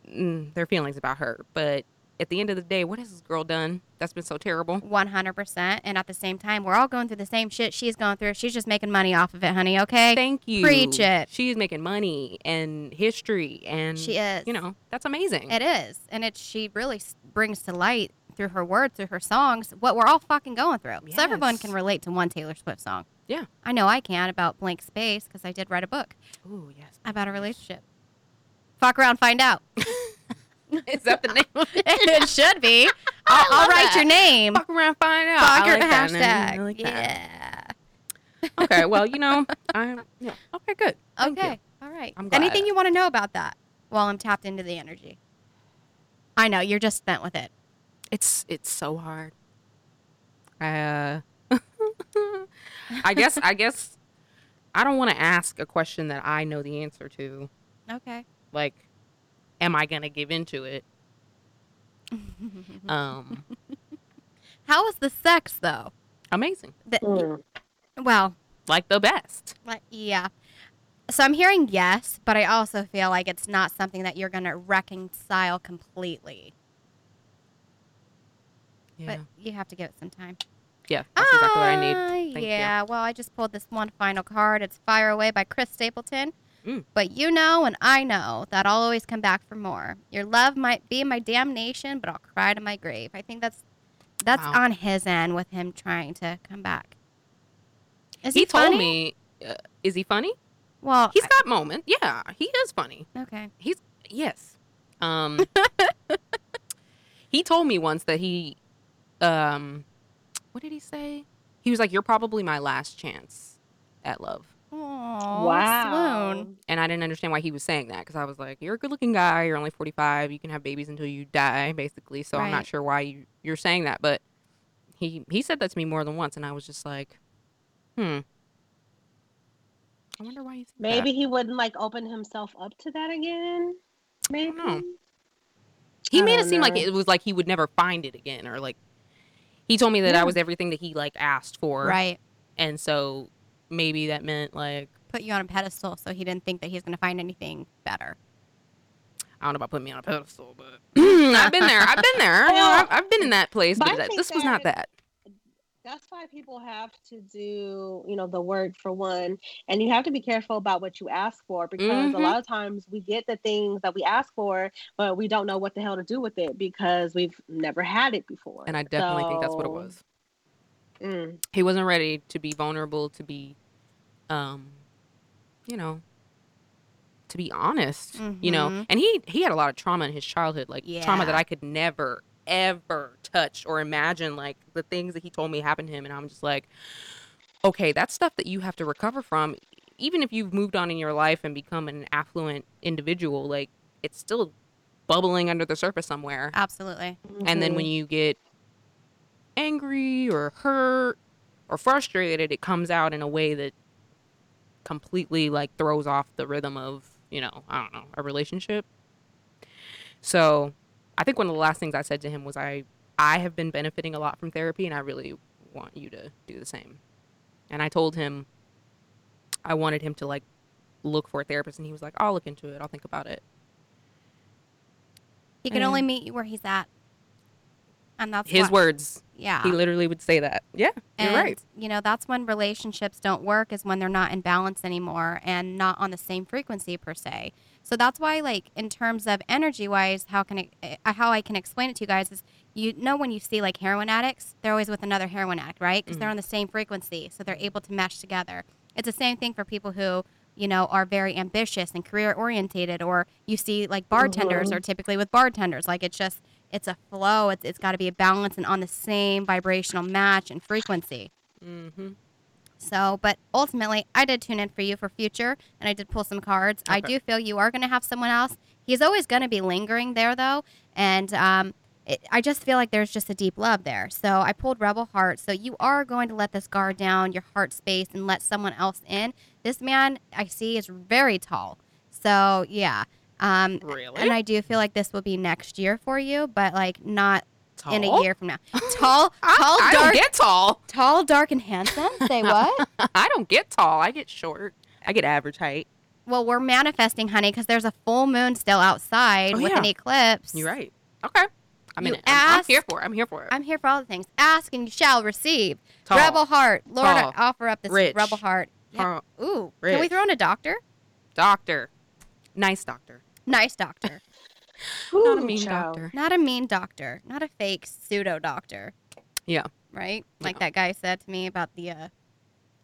mm, their feelings about her, but at the end of the day, what has this girl done that's been so terrible?
100%. And at the same time, we're all going through the same shit she's going through. She's just making money off of it, honey. Okay,
Thank you.
Preach it.
She's making money and history, and
she is.
you know that's amazing.
It is, and it she really s- brings to light through her words, through her songs, what we're all fucking going through. So everyone can
Yes.
relate to one Taylor Swift song.
Yeah.
I know I can about blank space because I did write a book
Ooh, yes.
about a relationship. Fuck around, find out.
(laughs)
(laughs)
Is that the name? of it?
it
(laughs)
should be. I'll, I'll
love
write
that.
your name.
Fuck around, find out.
Fuck
I
your
like that
hashtag.
name. I like that.
yeah.
Okay. Well, you
(laughs)
know, I'm. Yeah. Okay. Good. Thank you.
Okay. All right.
I'm glad.
Anything you want to know about that? While I'm tapped into the energy. I know you're just spent with it.
It's it's so hard. I, Uh, (laughs) I guess I guess I don't want to ask a question that I know the answer to. (laughs)
Okay. (laughs)
Like, am I gonna give into it? Um,
How was the sex though?
amazing.
The,
Mm.
Well,
Like the best.
Like, yeah. So I'm hearing yes, but I also feel like it's not something that you're going to reconcile completely.
Yeah.
but you have to give it some time.
yeah. That's exactly what I need.
Ah,
Thank you.
yeah, well, I just pulled this one final card. It's Fire Away by Chris Stapleton.
Mm.
But you know, and I know that I'll always come back for more. Your love might be my damnation, but I'll cry to my grave. I think that's that's
Wow.
on his end with him trying to come back. Is
he, Oh, told
funny?
me, uh, is he funny?
Well,
He's got moments. Yeah, he is funny.
I- okay.
Yes. Um, he told me once that he, um, what did he say? He was like, "You're probably my last chance at love,"
Aww, Swoon.
and I didn't understand why he was saying that because I was like, "You're a good-looking guy. You're only 45. You can have babies until you die, basically." So I'm
Right.
not sure why you, you're saying that, but he he said that to me more than once, and I was just like, "Hmm." I wonder why you think that.
Maybe he wouldn't like open himself up to that again. Maybe.
know. He
I
made it
don't
seem like
know.
it was like he would never find it again, or like he told me that I
Yeah.
was everything that he like asked for,
Right.
And so maybe that meant like
Put you on a pedestal, so he didn't think that he's going to find anything better.
I don't know about putting me on a pedestal,
(laughs)
but I've been there. I've been there. You know,
Well,
I've, I've been in that place,
but
but,
I
that,
think
this was not that.
That's why people have to do, you know, the word for one. And you have to be careful about what you ask for because a
Mhm.
lot of times we get the things that we ask for, but we don't know what the hell to do with it because we've never had it before.
And I definitely think that's what it
So,
was.
mm,
He wasn't ready to be vulnerable, to be, um, you know, to be honest. You know,
Mhm.
and he he had a lot of trauma in his childhood, like trauma that
Yeah.
I could never ever touch or imagine. Like the things that he told me happened to him, and I'm just like, okay, that's stuff that you have to recover from. Even if you've moved on in your life and become an affluent individual, like it's still bubbling under the surface somewhere.
Absolutely.
And then when
mhm.
you get angry or hurt or frustrated, it comes out in a way that completely like throws off the rhythm of, you know, I don't know, a relationship. So I think one of the last things I said to him was I I have been benefiting a lot from therapy and I really want you to do the same. And I told him I wanted him to like look for a therapist and he was like, I'll look into it, I'll think about it.
He can only meet you where he's at. And that's
His
what-
words.
Yeah.
He literally would say that. Yeah, you're
and,
right.
You know, that's when relationships don't work is when they're not in balance anymore and not on the same frequency per se. So that's why, like, in terms of energy wise, how can I, uh, how I can explain it to you guys is you know when you see like heroin addicts, they're always with another heroin addict, right? Because they're
Mm.
on the same frequency, so they're able to mesh together. It's the same thing for people who you know are very ambitious and career orientated, or you see like bartenders
Mhm.
are typically with bartenders. Like it's just it's a flow. It's it's got to be a balance and on the same vibrational match and frequency.
Mm-hmm.
So, but ultimately, I did tune in for you for future, and I did pull some cards. I
Okay.
do feel you are going to have someone else. He's always going to be lingering there, though, and um, it, I just feel like there's just a deep love there. So I pulled Rebel Heart. So you are going to let this guard down, your heart space, and let someone else in. This man I see is very tall. So yeah, um,
Really?
and I do feel like this will be next year for you, but like not
tall?
in a year from now. Tall, tall,
(laughs) I
dark,
don't get
(laughs)
tall.
tall, dark, and handsome.
(laughs)
Say what?
I don't get tall. I get short. I get average height.
Well, we're manifesting, honey, because there's a full moon still outside
Oh,
with an
yeah.
eclipse.
You're right. Okay. I'm in
You
it. I'm, I'm here
ask-
for it. I'm here for it.
I'm here for all the things. Ask and you shall receive.
tall.
Rebel heart. Lord, I
Tall.
offer up this
Rich.
rebel heart. Yep.
Tall.
Ooh, can we
Rich.
throw in a doctor?
Doctor. Nice doctor.
Nice doctor. (laughs)
Not a
Ooh,
mean
child.
doctor.
not a mean doctor. Not a fake pseudo doctor.
Yeah.
Right? Like
No.
that guy said to me about the uh,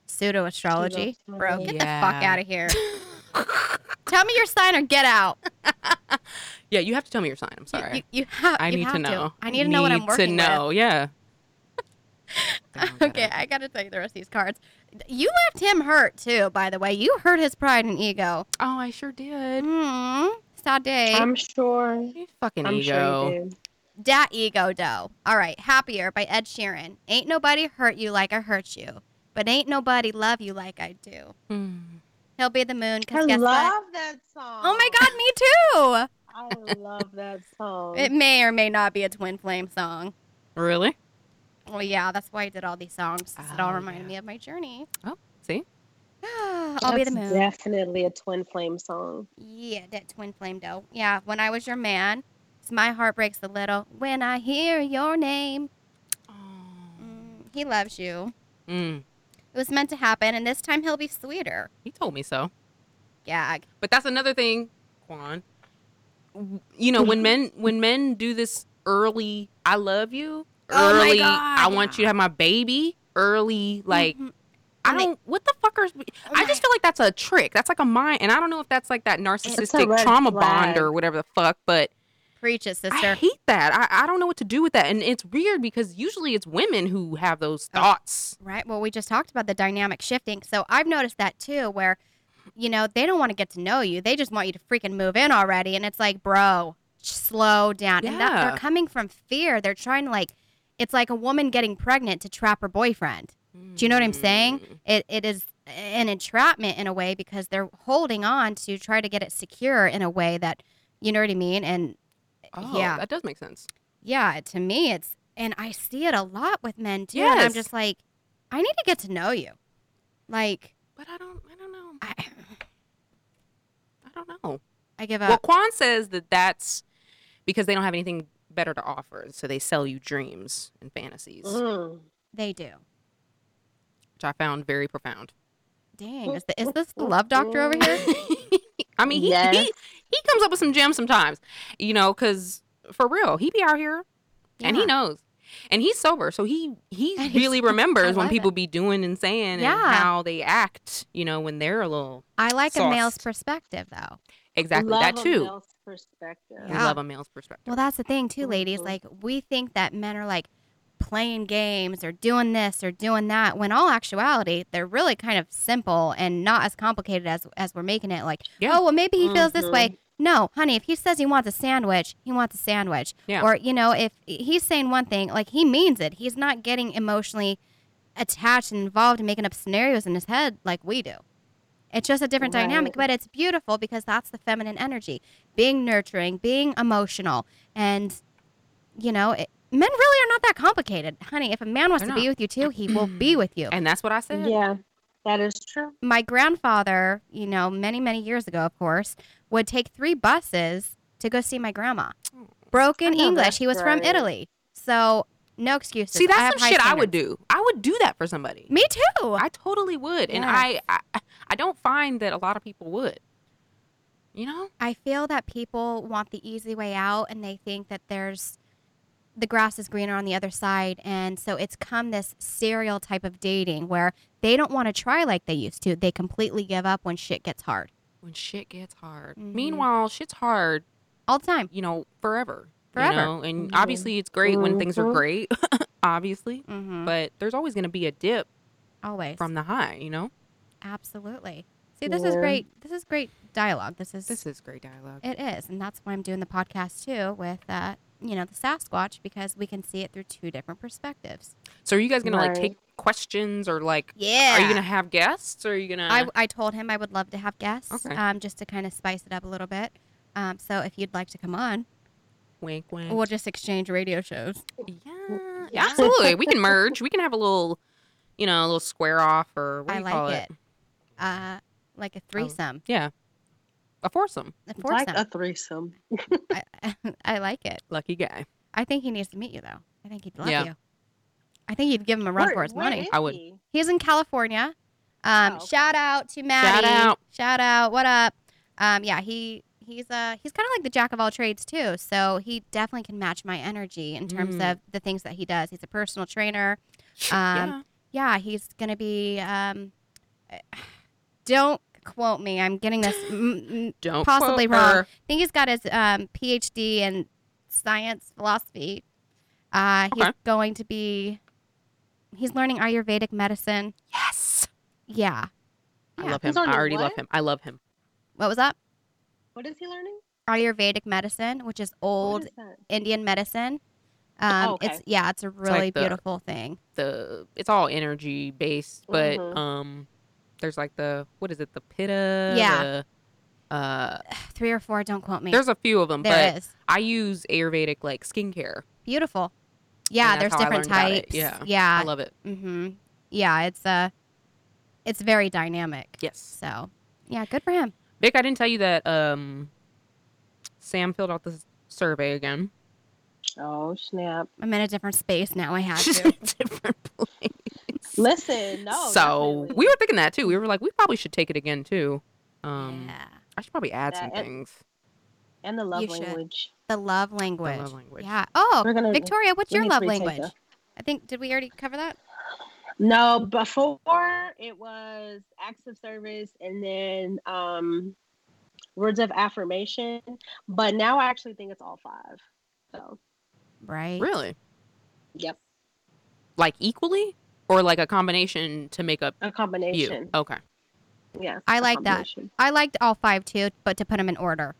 pseudo astrology. Bro, get the fuck
Yeah.
out of here. (laughs) Tell me your sign or get out.
Yeah, you have to tell me your sign. I'm (laughs)
You-
sorry.
You, you have,
I
you
need
have
to know.
I need to know what I'm
Need
working
to
with.
know.
(laughs)
Yeah. Damn, I
okay, I gotta tell you the rest of these cards. You left him hurt too, by the way. You hurt his pride and ego.
Oh, I sure did.
Mm, sade.
Um,
I'm sure.
You fucking
I'm
ego.
sure you did.
Dat ego dough. All right, happier by Ed Sheeran. Ain't nobody hurt you like I hurt you, but ain't nobody love you like I do.
Hmm.
He'll be the moon. Cause
I
guess
love
what?
that song.
Oh my God, me
I love that song.
Oh.
too. It may or may not be a twin flame song.
Really?
Well, yeah, that's why I did all these songs. 'cause it
Oh,
all reminded
yeah. Oh,
me of my journey.
See?
(sighs) I'll be the
That's
moon.
Definitely a twin flame song.
Yeah, that twin flame dough. Yeah, when I was your man, so my heart breaks a little when I hear your name.
Oh.
He loves you.
Mm,
It was meant to happen, and this time he'll be sweeter.
he told me so.
Gag.
But that's another thing, Quan. You know, when men when men do this early, I love you.
Oh my
Early,
God,
I want
yeah.
you to have my baby. Early, like
Mhm.
I
And they-
don't. What the fuckers?
Oh
I
my-
just feel like that's a trick. That's like a mind, and I don't know if that's like that narcissistic
red
trauma bond
flag.
or whatever the fuck. But
preach it,
I
sister.
hate that. I, I don't know what to do with that, and it's weird because usually it's women who have those
Oh.
thoughts.
Right. Well, we just talked about the dynamic shifting. So I've noticed that too, where, you know, they don't want to get to know you. They just want you to freaking move in already. And it's like, bro, slow down. And that,
Yeah.
they're coming from fear. They're trying to, like, it's like a woman getting pregnant to trap her boyfriend. Do you know what I'm saying?
Mm.
It, it is an entrapment in a way because they're holding on to try to get it secure in a way that, you know what I mean? And
Oh,
Yeah.
that does make sense.
yeah, to me, it's, and I see it a lot with men too. And I'm
Yes.
just like, I need to get to know you. Like,
But I don't. I don't know.
I, (sighs)
I don't know.
I give
Well,
up.
Quan says that that's because they don't have anything better to offer, so they sell you dreams and fantasies,
Mm-hmm.
Mm.
they do.
which I found very profound. (laughs)
Dang, is, the, is this the love doctor over here?
Mm.
(laughs)
I mean, he,
Yes.
he he comes up with some gems sometimes, you know, because for real, he be out here and he
Yeah.
knows, and he's sober, so he he
And he's-
really
I
remembers when
love
people be doing and saying
Yeah.
and how they act, you know, when they're a little
I like a male's
Sauced.
perspective, though.
exactly
Love
that
a
too.
male's Perspective.
We
Yeah.
love a male's perspective.
Well, that's the thing, too, ladies.
Mhm.
Like, we think that men are like playing games or doing this or doing that, when all actuality, they're really kind of simple and not as complicated as as we're making it. Like,
Yeah. Mm-hmm.
oh, well, maybe he feels this way. No, honey, if he says he wants a sandwich, he wants a sandwich.
Yeah.
Or, you know, if he's saying one thing, like he means it. He's not getting emotionally attached and involved and making up scenarios in his head like we do. It's just a different dynamic,
Right.
but it's beautiful because that's the feminine energy being nurturing, being emotional. And, you know, it, men really are not that complicated. Honey, if a man wants
They're
to be with you too, he
(clears throat)
will be with you
and that's what I said.
Yeah, that is true.
my grandfather, you know, many, many years ago, of course, would take three buses to go see my grandma.
Oh,
Broken
I know
English.
that's
He was from
right.
Italy. So no excuses.
See,
I have
that's some
high
shit I would
standards.
do. I would do that for somebody.
Me too.
I totally would, and
Yes.
I, I I don't find that a lot of people would. You know,
I feel that people want the easy way out and they think that there's the grass is greener on the other side. And so it's come this serial type of dating where they don't want to try like they used to. They completely give up when shit gets hard
when shit gets hard.
Mhm.
Meanwhile, shit's hard.
all the time.
You know, forever.
Forever.
You know, and
Mhm.
obviously it's great when things are
Mhm.
great. (laughs) obviously,
Mm-hmm.
but there's always going to be a dip
Always.
from the high. You know,
Absolutely. See, this is
Yeah.
great. This is great dialogue. This is,
this is great dialogue.
it is, and that's why I'm doing the podcast too with uh, you know the Sasquatch because we can see it through two different perspectives.
So are you guys going to like
Right.
take questions or like?
Yeah.
Are you going to have guests? Or are you going
I,
to?
I told him I would love to have guests,
Uh-huh. Okay.
um, just to kind of spice it up a little bit. Um, so if you'd like to come on,
Wink, wink.
we'll just exchange radio shows.
Yeah, yeah, absolutely. we can merge. We can have a little, you know, a little square off or what do
I
you call
like
it?
it. Uh, like a threesome,
Yeah, a foursome.
a
It's
foursome.
Like a threesome.
I (laughs) I like it.
Lucky guy.
I think he needs to meet you though. I think he'd love
Yeah.
you. I think you'd give him a run for his money.
I would.
He's in California. Um,
Oh, okay.
Shout out to Maddie.
out.
Shout out. What up? Um, yeah, he he's uh he's kind of like the jack of all trades too. So he definitely can match my energy in terms
Mm.
of the things that he does. He's a personal trainer. Um,
yeah.
yeah. he's gonna be. Um, (sighs) don't quote me. I'm
(gasps)
getting this. m- m-
Don't
possibly
quote
wrong.
her.
I think he's got his um, PhD in science philosophy. Uh, He's
Okay.
going to be. He's learning Ayurvedic medicine.
Yes.
Yeah.
I
Yeah.
love him.
He's
I
learning
already love
what?
him. I love him.
What was up?
What is he learning?
Ayurvedic medicine, which is
What
old
is that?
Indian medicine. Um,
Oh, okay.
It's yeah, it's a
like
really
the-
beautiful thing. (sighs)
The it's all energy based, but
Mhm.
Mm-hmm.
um, there's like the what is it? The pitta.
Yeah.
the, uh,
Three or four, don't quote me.
there's a few of them,
There
but
is.
I use Ayurvedic like skincare.
beautiful. Yeah,
And that's
there's
how I
different
learned about it.
types.
Yeah. I
yeah,
love it.
mm-hmm. yeah. It's uh, it's very dynamic.
Yes.
So yeah, good for him.
Vic, I didn't tell you that um, Sam filled out the survey again.
Oh snap!
I'm in a different space now.
(laughs)
I had
She's
to.
in a different place.
Listen, no.
so
definitely.
we were thinking that too. We were like, we probably should take it again too. Um,
yeah.
I should probably add
Yeah,
some
and-
things.
and the love
You should.
language.
The love language.
language.
Yeah. Oh,
We're gonna-
Victoria, what's
we
your
need
love
three takes,
language?
though.
I think did we already cover that?
No, before it was acts of service and then um words of affirmation, but now I actually think it's all five. So,
Right.
Really?
yep,
Like equally, or like a combination to make up
a
you?
combination.
Okay.
Yeah.
I
a
like that.
combination.
I liked all five too, but to put them in order.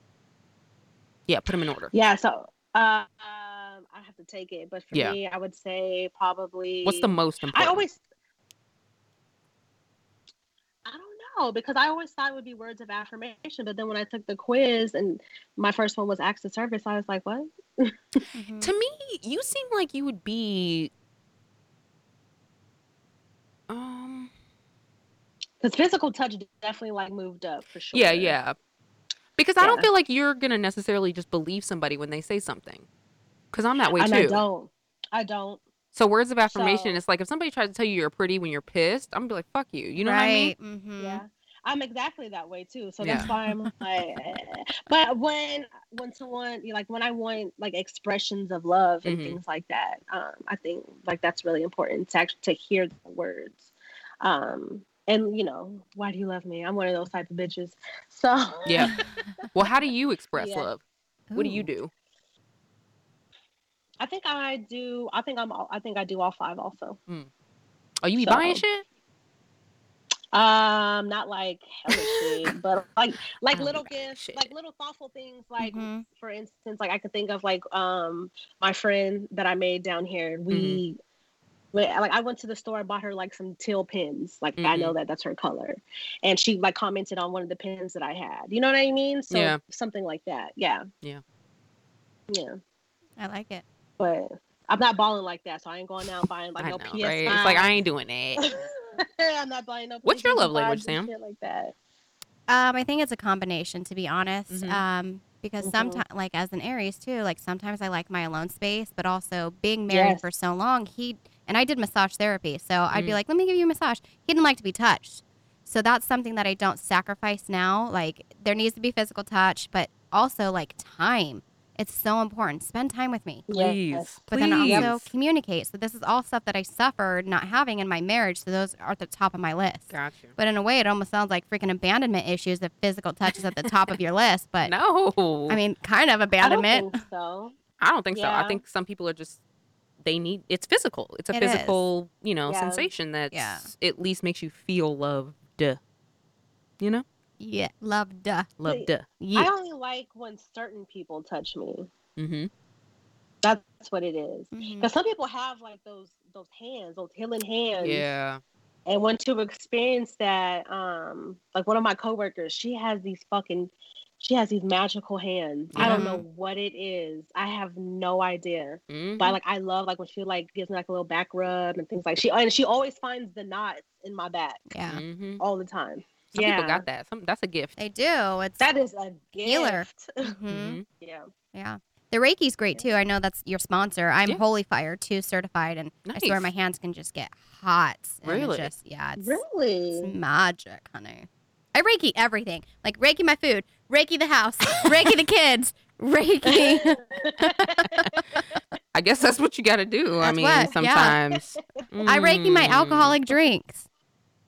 Yeah. Put them in order.
Yeah, so uh, um I have to take it, but for
Yeah.
me I would say probably
What's the most important?
I always I don't know because I always thought it would be words of affirmation, but then when I took the quiz and my first one was acts of service, I was like, what?
To me, you seem like you would be. Um.
Because physical touch definitely like moved up for sure.
Yeah, yeah. Because I don't
Yeah.
feel like you're gonna necessarily just believe somebody when they say something. Because I'm that way
and I
too.
don't. I don't.
So words of affirmation,
So-
it's like if somebody tries to tell you you're pretty when you're pissed, I'm gonna be like, "Fuck you," you know what I mean?
right. Mm-hmm.
Yeah. I'm exactly that way too. So
Yeah.
that's why
(laughs)
I'm like eh. but when when someone you know, like when I want like expressions of love and
Mhm.
things like that, um, I think like that's really important to actually to hear the words. Um and you know, why do you love me? I'm one of those type of bitches. So (laughs)
(laughs)
Yeah. Well, how do you express
Yeah.
love? What do you
Ooh.
do?
I think I do I think I'm all I think I do all five also.
Oh, you be
So-
buying shit?
Um, not like
(laughs)
hella shit, but like
I
like
don't
little
do that
gifts,
shit. Mm-hmm.
like little thoughtful things. Like
Mhm.
for instance, like I could think of like um my friend that I made down
Mm-hmm.
here. We we- like I went to the store and bought her like some teal pins. Like I
Mm-hmm.
know that that's her color, and she like commented on one of the pins that I had. You know what I mean? So
Yeah.
something like that. Yeah.
Yeah.
Yeah,
I like it.
but I'm not balling like that, so I ain't going out and buying like
I
no
know,
PS5.
right? It's like I ain't doing
(laughs)
that.
I'm not buying no.
What's your love
PlayStation
language,
5s
Sam?
and Shit like that.
Um, I think it's a combination, to be honest.
Mhm.
Um, because
Mhm.
sometimes, like as an Aries too, like sometimes I like my alone space, but also being married
Yes.
for so long, he and I did massage therapy, so I'd be
Mm.
like, "Let me give you a massage." He didn't like to be touched, so that's something that I don't sacrifice now. Like there needs to be physical touch, but also like time. It's so important. Spend time with me.
Please,
Yes.
But
please.
then also communicate. So this is all stuff that I suffered not having in my marriage. So those are at the top of my list.
Got you.
But in a way, it almost sounds like freaking abandonment issues if physical touch is at the
(laughs)
top of your list. But
no,
I mean, kind of
I don't
abandonment.
think so.
I don't think so. I
Yeah.
think some people are just they need it's physical. It's a
It is.
physical, you know,
Yeah.
sensation that
Yeah.
at least makes you feel loved. You know,
Yeah, love duh.
loved.
I
Yeah.
only like when certain people touch me.
Mm-hmm.
That's what it is.
Mm.
Mhm.
Because some people have like those those hands, those healing hands.
Yeah.
And when to experience that, um, like one of my coworkers, she has these fucking, she has these magical hands. I don't know what it is. I have no idea.
Mhm.
But like I love like when she like gives me like a little back rub and things like she and she always finds the knots in my back
Yeah.
Mhm.
all the time.
Some
yeah,
people got that. Some that's a gift.
They do. It's
that mm-hmm. is a gift.
Healer. Mhm.
Mhm.
Yeah.
Yeah. The Reiki's great too. I know that's your sponsor. I'm
Yeah.
Holy Fire too certified, and I swear
Nice.
my hands can just get hot. and it
Really?
Just, yeah. It's,
Really?
it's magic, honey. I Reiki everything. Like Reiki my food, Reiki the house, Reiki the
(laughs)
kids, Reiki.
I guess that's what you got to do. I
That's
mean,
what- yeah.
sometimes
(laughs) I Reiki my
Mm.
alcoholic drinks.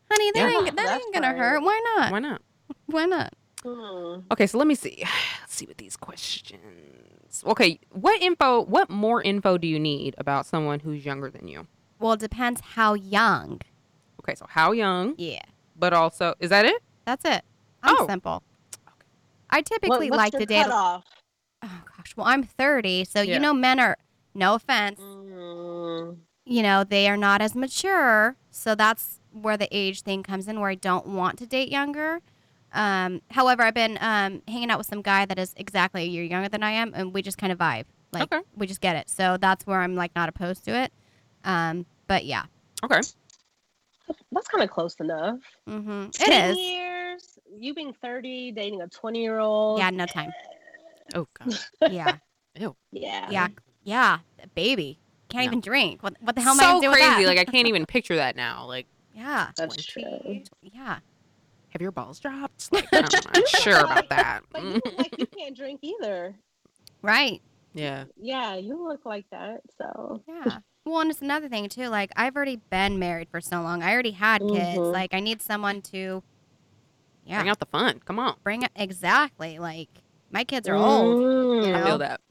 Honey, that
Yeah.
ain't, that
That's
ain't gonna
right.
hurt. Why not?
Mm, Why not?
Why not?
Hmm.
Okay, so let me see. (sighs) Let's see what these questions. Okay, what info? What more info do you need about someone who's younger than you?
Well, it depends how young.
Okay, so how young?
Yeah,
But also, is that it?
that's it. I'm
Oh.
simple. I
What-
typically
what's
like
your
to date.
cutoff?
Oh gosh, well I'm 30, so
Yeah.
you know men are. No offense,
Mm.
you know they are not as mature, so that's where the age thing comes in, where I don't want to date younger. Um, however, I've been um, hanging out with some guy that is exactly a year younger than I am, and we just kind of vibe. Like
Okay.
we just get it. So that's where I'm like not opposed to it. Um, but yeah,
Okay.
That's kind of close enough.
mm-hmm.
Ten
it is.
years, you being 30, dating a 20 year old.
Yeah, no time.
(laughs) Oh God.
Yeah,
Yeah.
yeah. yeah, a baby can't
No.
even drink. What, what (laughs) the hell am I
so
gonna do
crazy.
with that?
Like I can't
(laughs)
even picture that now. Like,
yeah,
That's
twenty? (laughs)
true.
yeah.
have your balls dropped? Like, I don't know. I'm sure
(laughs)
about that. Mm,
But you look like you can't drink either.
Right.
yeah.
Yeah, you look like that. So
Yeah. Well, and it's another thing too. Like I've already been married for so long. I already had
Mm-hmm.
kids.
Mhm.
Like I need someone to. Yeah.
Bring out the fun. Come on.
Bring it exactly. Like my kids are old.
Mm.
I
know?
feel that.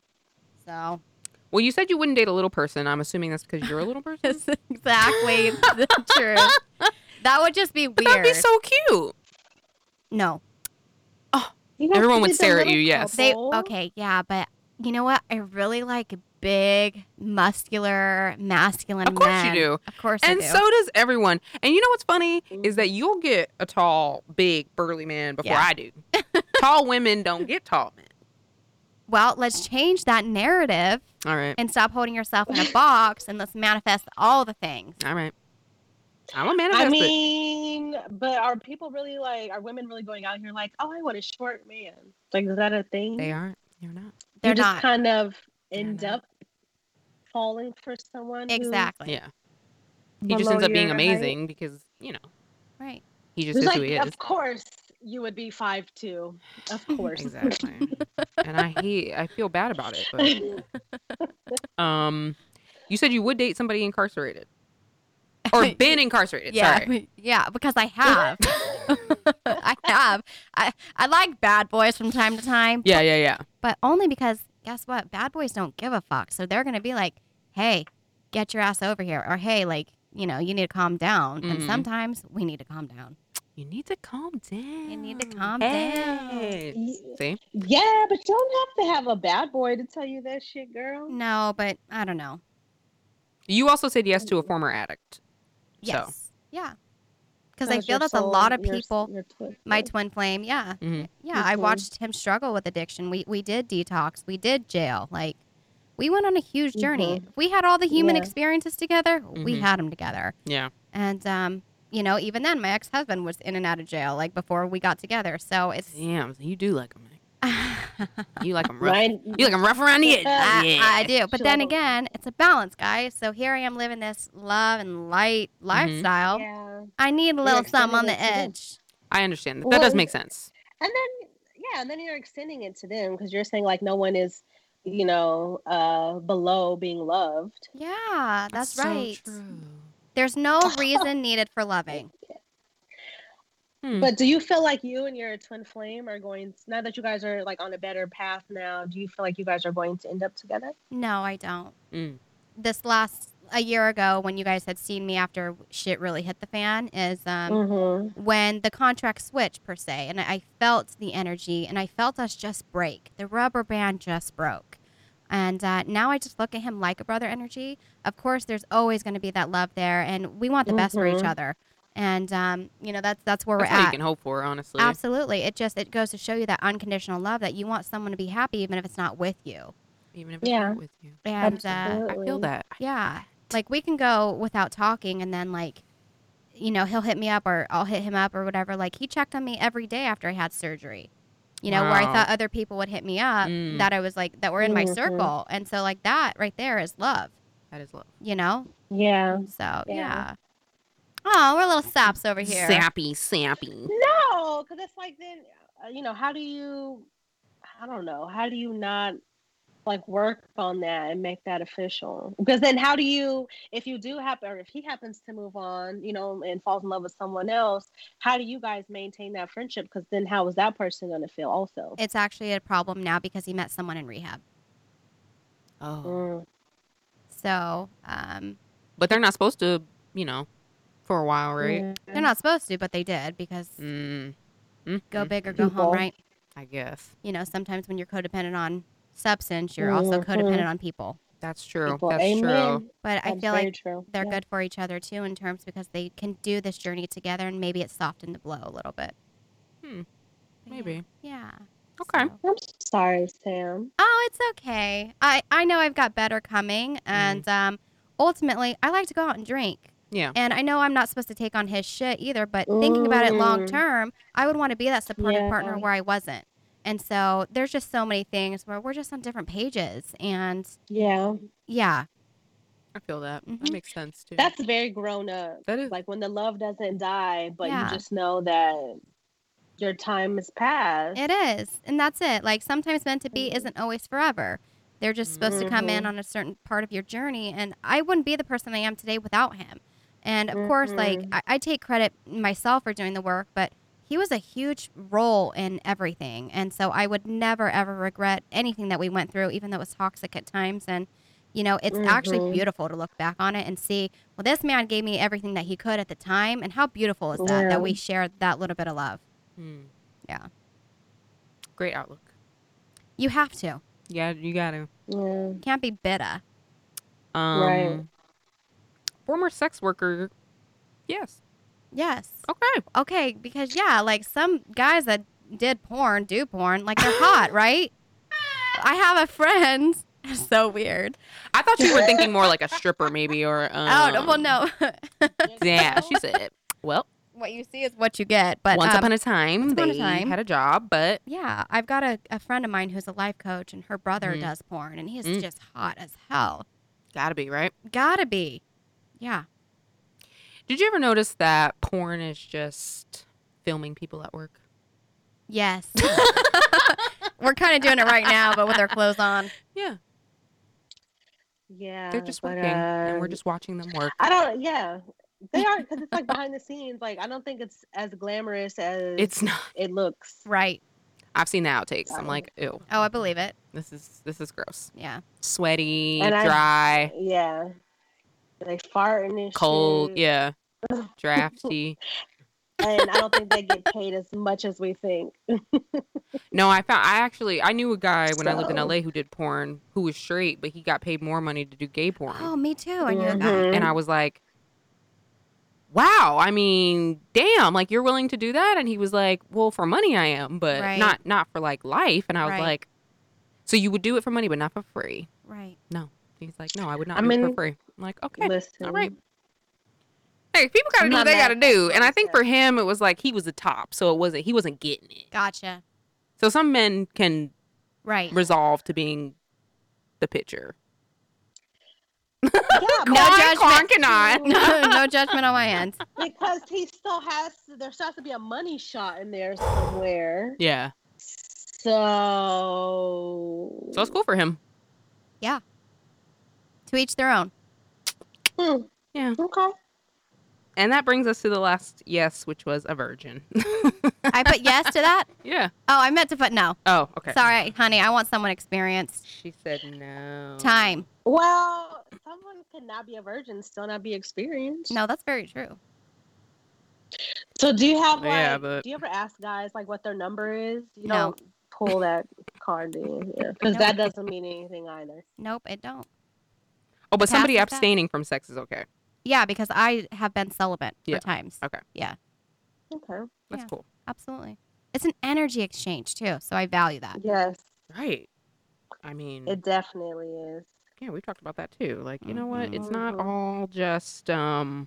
Mm-hmm.
So (laughs)
Well, you said you wouldn't date a little person. I'm assuming that's because you're a
(laughs)
little person.
it's
(laughs)
exactly the truth. That would just be weird.
But that'd be so cute.
no.
You guys
Everyone
could
would
be the
stare at
little
you, yes.
They
couple.
okay, yeah, but you know what? I really like big, muscular, masculine
Of course
men.
you do.
Of course
And
I do.
so does everyone. And you know what's funny is that you'll get a tall, big, burly man before
Yeah.
I do. (laughs) tall women don't get tall men.
well, let's change that narrative
All right.
and stop holding yourself in a box and let's manifest all the things.
All right. I'm a manifest.
I
it.
mean, but are people really like? Are women really going out here like, oh, I want a short man? Like, is that a thing?
they aren't. You're not.
They're
you just
not.
kind of
They're
end
not.
up falling for someone. who's
Exactly.
Yeah. He just
below
ends up being
your height.
amazing because, you know,
Right.
he just
It's
is
like,
who he is.
of course, you would be five two.
(laughs)
Of course. (laughs)
Exactly. and I hate I feel bad about it, but um you said you would date somebody incarcerated. Or been incarcerated,
yeah. (laughs)
sorry.
Yeah, because I have. (laughs) I have. I, I like bad boys from time to time,
Yeah, yeah, yeah.
but only because guess what? Bad boys don't give a fuck. So they're going to be like, hey, get your ass over here. Or hey, like, you know, you need to calm down. And
Mhm.
sometimes we need to calm down.
You need to calm down.
need to calm
Hey. See?
yeah, but you don't have to have a bad boy to tell you that shit, girl.
Mm,
No, but I don't know.
You also said yes to a former addict.
Yes.
So.
Yeah. Because I
Tells
feel
your
that's a
soul,
lot of
your-
people.
your twin-
My twin flame, yeah.
Mhm.
Yeah, I
Mhm.
watched him struggle with addiction. We we did detox, we did jail. Like we went on a huge journey.
Mm-hmm.
If We had all the human
Yeah.
experiences together. We
Mhm.
had them together.
Yeah.
And um, you know, even then my ex-husband was in and out of jail like before we got together. So it's
Damn, you do like him. You like him rough.
Mine-
You like him rough around the edges.
I-
yeah.
(laughs) I, I do. But then
So-
again, it's a balance, guys. So here I am living this love and light
Mm-hmm.
lifestyle.
Yeah.
I need a little
extending
something on
it
the
to them.
edge.
I understand. That, that
Well,
does make sense.
and then yeah and then you're extending it to them because you're saying like no one is you know uh below being loved
Yeah, that's
so
right.
true. (laughs)
There's no reason needed for loving. Mm-hmm.
Hmm.
but do you feel like you and your twin flame are going now that you guys are like on a better path now do you feel like you guys are going to end up together
No, I don't.
Mm.
This last a year ago when you guys had seen me after shit really hit the fan is um
mm-hmm.
when the contract switched per se and I felt the energy and I felt us just break. The rubber band just broke. And uh, now I just look at him like a brother energy. Of course, there's always going to be that love there, and we want the best for each
Mhm.
other. And um, you know that's that's where
That's
we're
all
at.
you can hope for, honestly.
Absolutely. It just it goes to show you that unconditional love that you want someone to be happy even if it's not with you.
Even if it's
Yeah.
not with you.
And uh,
Absolutely.
I feel that. I-
yeah, like we can go without talking and then like you know, he'll hit me up or I'll hit him up or whatever. Like he checked on me every day after I had surgery. You know, where I
Wow.
thought other people would hit me up
Mm.
that I was like that were in my
Mhm.
circle. And so like that right there is love,
That is love.
you know?
yeah
So, yeah.
Yeah.
Oh, we're little saps over here.
Sappy, sappy.
no because it's like then uh, you know how do you i don't know how do you not like work on that and make that official because then how do you if you do happen or if he happens to move on you know and falls in love with someone else how do you guys maintain that friendship because then how is that person going to feel also
It's actually a problem now because he met someone in rehab.
Oh.
Mm.
So, um,
But they're not supposed to, you know, for a while, right?
They're not supposed to, but they did because
Mm. Mm.
go
mm,
big or go home,
People.
right?
Mm-hmm. I guess.
You know, sometimes when you're codependent on substance, you're also
Mhm.
codependent on people.
That's true.
People-
That's
amen
true.
But I
That's
feel
very
like
true.
they're
Yeah.
good for each other too in terms because they can do this journey together and maybe it softened the blow a little bit.
Hmm.
But yeah.
Maybe.
Yeah.
Okay.
so-
i'm sorry sam
Oh, it's okay. I, I know I've got better
Mm.
coming. And um, ultimately, I like to go out and drink.
Yeah.
And I know I'm not supposed to take on his shit either, but thinking about it long
Mm.
term, I would want to be that supportive
Yeah.
partner where I wasn't. And so there's just so many things where we're just on different pages. And
Yeah.
yeah,
I feel that. That
Mhm.
makes sense too.
That's very grown up.
that is
Like when the love doesn't die, but
Yeah.
you just know that your time is past.
it is. And that's it. Like sometimes meant to be
Mhm.
isn't always forever. They're just supposed to come in on a certain part of your journey. And I wouldn't be the person I am today without him. And of course, like
Mhm.
I, I take credit myself for doing the work, but he was a huge role in everything. And so I would never, ever regret anything that we went through, even though it was toxic at times. And, you know, it's actually
Mhm.
beautiful to look back on it and see, well, this man gave me everything that he could at the time. And how beautiful is that,
Yeah.
that we shared that little bit of love?
hmm.
Yeah.
Great outlook.
You have to.
Yeah, you gotta.
Yeah.
You can't be bitter.
Um,
Right.
Former sex worker. Yes.
Yes.
Okay.
Okay. Because, yeah, like some guys that did porn do porn, like they're
(coughs)
hot, right? I have a friend. (laughs) so weird.
I thought you were thinking more like a stripper, maybe, or um,
oh, no, well, no. (laughs)
Yeah,
(laughs)
she said. Well,
what you see is what you get. But
once
um,
upon a time,
once upon a
they
time.
had a job, but
Yeah, I've got a, a friend of mine who's a life coach, and her brother
Mhm.
does porn, and he's
Mm.
just hot as hell.
gotta be right.
Gotta be. Yeah.
Did you ever notice that porn is just filming people at work?
Yes. (laughs) We're kind of doing it right now, but with our clothes on.
Yeah,
Yeah.
they're just
but,
working, and we're
um,
just watching them work.
Oh I don't. Yeah, they are because
(laughs)
it's like behind the scenes. Like I don't think it's as glamorous as
It's not.
it looks.
Right.
I've seen the outtakes. I'm
Oh.
like, ew,
Oh, I believe it.
this is this is gross.
Yeah.
Sweaty,
And I-
dry,
Yeah, they farting and
cold.
shit,
Yeah, drafty.
and I don't think they get paid as much as we think.
No, I found I actually I knew a guy when I lived in
So-
LA who did porn who was straight, but he got paid more money to do gay porn.
Oh, me too. I knew a guy.
Mhm.
Mm-hmm. And I was like, "Wow, I mean, damn, like you're willing to do that?" And he was like, "Well, for money I am, but
Right.
not not for like life." And I was
Right.
like, "So you would do it for money, but not for free?"
Right.
He's like, "No, I would not
I
do it for
mean-
free." I'm like, (laughs) "Okay."
Listen,
right. Hey, people got to
I'm
do what
not
they
mad
got to
at that
do. And I think for
concept.
him it was like he was the top, so it wasn't he wasn't getting it.
Gotcha.
So some men can
Right.
resolve to being the pitcher. (laughs)
yeah,
No
but
judgment. Quan cannot.
(laughs)
(laughs)
no, no judgment on my end.
because he still has. There still has to be a money shot in there somewhere.
Yeah.
So.
So it's cool for him.
To each their own.
Hmm,
Yeah.
Okay.
And that brings us to the last yes, which was a virgin. (laughs)
I put yes to that.
yeah.
Oh, I meant to put no.
Oh, okay.
Sorry, honey. I want someone experienced.
She said no.
Time.
Well, someone could not be a virgin, still not be experienced.
No, that's very true.
So do you have like
Yeah, but-
do you ever ask guys like what their number is? You
No.
don't pull that card in
(laughs)
yeah. because that doesn't mean anything either.
Nope, it don't.
Oh, but somebody
Passes that.
abstaining from sex is okay.
Yeah, because I have been celibate
Yeah.
for times.
Okay.
Okay.
That's
Yeah.
cool.
Absolutely. It's an energy exchange too, so I value that.
Yes,
Right. I mean,
it definitely is.
yeah, we talked about that too. Like, you know what? It's not
Mhm.
all just um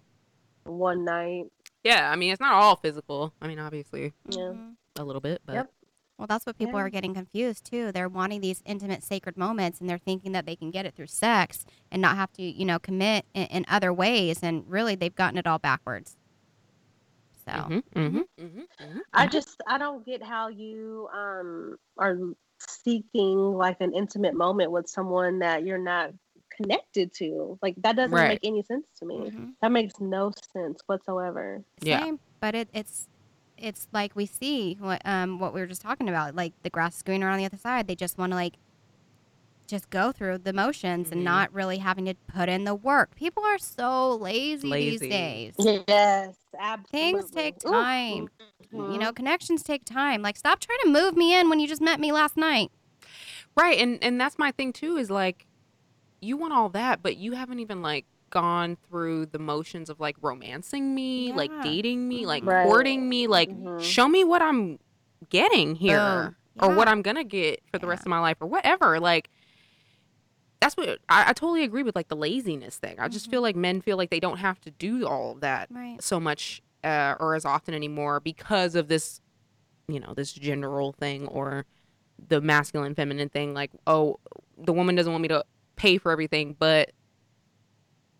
One night.
yeah, I mean, it's not all physical. I mean, obviously
Yeah.
Mhm.
a little bit, but
Yep.
Well, that's what people
Yeah.
are getting confused too. They're wanting these intimate, sacred moments, and they're thinking that they can get it through sex and not have to, you know, commit in, in other ways. And really, they've gotten it all backwards. So
Mhm, mhm, mhm, mhm.
I
Mm-hmm.
just I don't get how you um are seeking like an intimate moment with someone that you're not connected to. Like that doesn't
Right.
make any sense to me.
mhm.
That makes no sense whatsoever.
Yeah.
Same, but it, it's it's like we see what um what we were just talking about, like the grass is greener on the other side. They just want to like just go through the motions
Mhm.
and not really having to put in the work. People are so lazy,
Lazy.
these days.
Yes, absolutely.
Things take
Ooh,
time. You
Mm-hmm.
mhm.
know, connections take time. Like, stop trying to move me in when you just met me last night.
Right, and and that's my thing too is like you want all that, but you haven't even like gone through the motions of like romancing me, like
Yeah.
dating me, like
Right.
courting me, like
Mhm.
show me what I'm getting here
Boom.
or what
Oh, Yeah.
I'm going to get for the
Yeah.
rest of my life or whatever. Like that's what I, I totally agree with like the laziness thing. I just
Mhm.
feel like men feel like they don't have to do all of that
Right.
so much uh, or as often anymore because of this, you know, this gender role thing or the masculine feminine thing like oh the woman doesn't want me to pay for everything but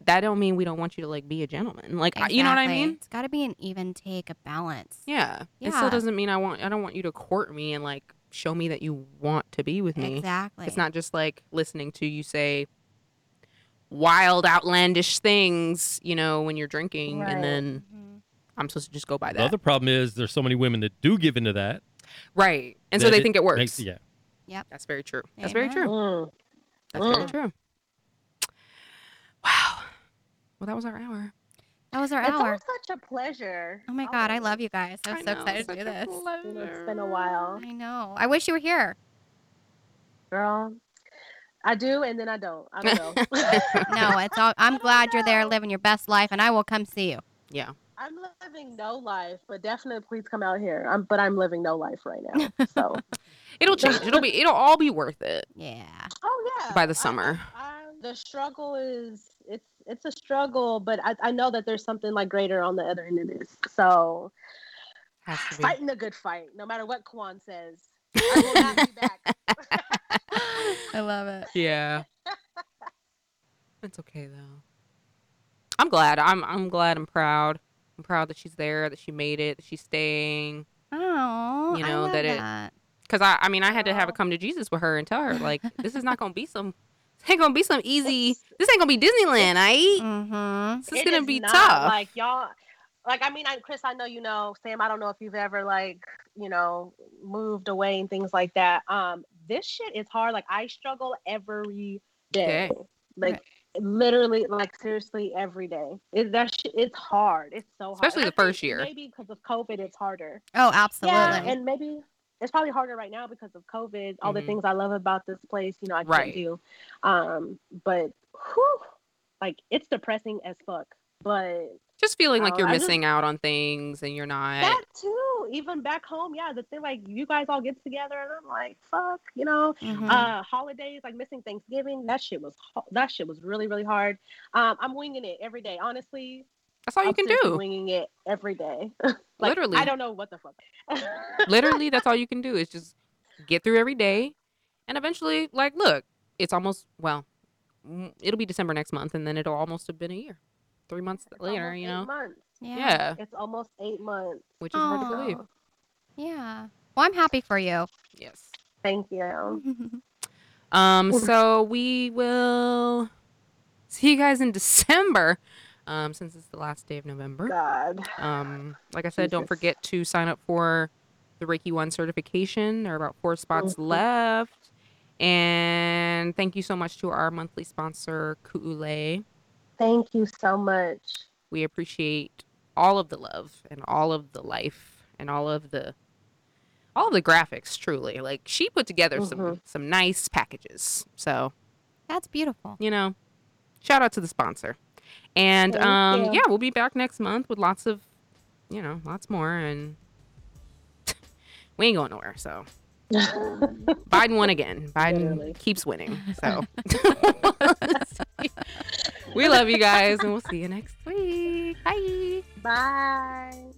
that don't mean we don't want you to like be a gentleman like I- Uh, you know what i
Exactly.
mean
It's got to be an even take, a balance.
yeah. it still
Yeah.
doesn't mean i want i don't want you to court me and like show me that you want to be with me
Exactly.
Mm-hmm. it's not just like listening to you say wild outlandish things you know when you're drinking
Right.
and then
Mhm.
i'm supposed to just go by
The
that
other problem is there's so many women that do give into that,
right and so
that
they think it works
makes- yeah,
that's very true that's very
Amen.
true
Mm.
That's
Mm.
very true. Wow. Well, that was our hour.
That was our
It's
hour.
always such a pleasure.
Oh my God, I love you guys. I was
I
so
know,
excited to
such
do
a
this.
pleasure.
It's been a while,
I know. I wish you were here.
girl. I do, and then I don't. I don't know.
(laughs) No, it's all. I'm glad you're there living your best life, and I will come see you.
Yeah.
(laughs) I'm living no life, but definitely please come out here. I'm, but I'm living no life right now. So, (laughs)
It'll change. It'll be. It'll all be worth it
Yeah.
oh yeah.
by the
I-
summer.
I, the struggle is it's it's a struggle, but I, I know that there's something like greater on the other end of this. So,
Has to be.
fighting a good fight, no matter what Kwan says. I will not be back.
I love it.
(laughs)
(laughs)
Yeah. It's okay though. I'm glad. I'm. I'm glad. I'm proud. I'm proud that she's there. That she made it. That she's staying.
Oh,
You
I
know,
love
that it-
that.
Cause I. I mean, I had to have a
Oh.
come to Jesus with her and tell her like, this is not gonna be some. This ain't gonna be some easy. This ain't gonna be Disneyland. I eat.
Mm-hmm.
This is
It
gonna
is
be
not,
tough.
Like y'all, like I mean, I, Chris, I know you know. Sam, I don't know if you've ever like you know moved away and things like that. Um, this shit is hard. Like I struggle every
Day.
day. Like literally, like seriously, every day. It, that shit, it's hard. It's so hard.
Especially
And
the
I
first
think
year.
Maybe because of COVID, it's harder.
Oh, absolutely.
Yeah, and maybe. It's probably harder right now because of COVID. All the
Mhm.
things I love about this place, you know, I
Right.
can't do. Um, but whew, like it's depressing as fuck. But
just feeling like
Oh,
you're
I just-
missing out on things and you're not
that too, even back home, yeah, the thing like you guys all get together and I'm like, fuck, you know,
Mhm.
Mm.
uh, holidays like missing Thanksgiving, that shit was ho- that shit was really really hard. Um, I'm winging it every day, honestly.
that's all you
I'm
can
seriously
do
winging it every day. (laughs) like,
literally
I don't (laughs) know what the fuck.
literally that's all you can do is just get through every day and eventually like look it's almost well mm, it'll be december next month and then it'll almost have been a year three months
It's
later
almost
you
eight
know
months.
yeah.
yeah.
It's almost eight months.
which is hard to
Aw.
Oh.
believe
Yeah. Well, I'm happy for you.
yes
Thank you.
um
Oof.
so we will see you guys in december um since it's the last day of november
God.
Um, like I said, don't
Jesus.
forget to sign up for the Reiki One certification. There are about four spots
Mhm.
left. And thank you so much to our monthly sponsor, Kuule.
Thank you so much.
We appreciate all of the love and all of the life and all of the all of the graphics. Truly, like she put together some
Mhm.
some nice packages. So
(laughs) That's beautiful.
you know, shout out to the sponsor. And
Thank
um,
you.
yeah, we'll be back next month with lots of, you know, lots more. And (laughs) we ain't going nowhere. So Biden won
(laughs)
again. Biden
Literally.
keeps winning.
(laughs)
So (laughs) we love you guys, and we'll see you next week. Bye.
Bye.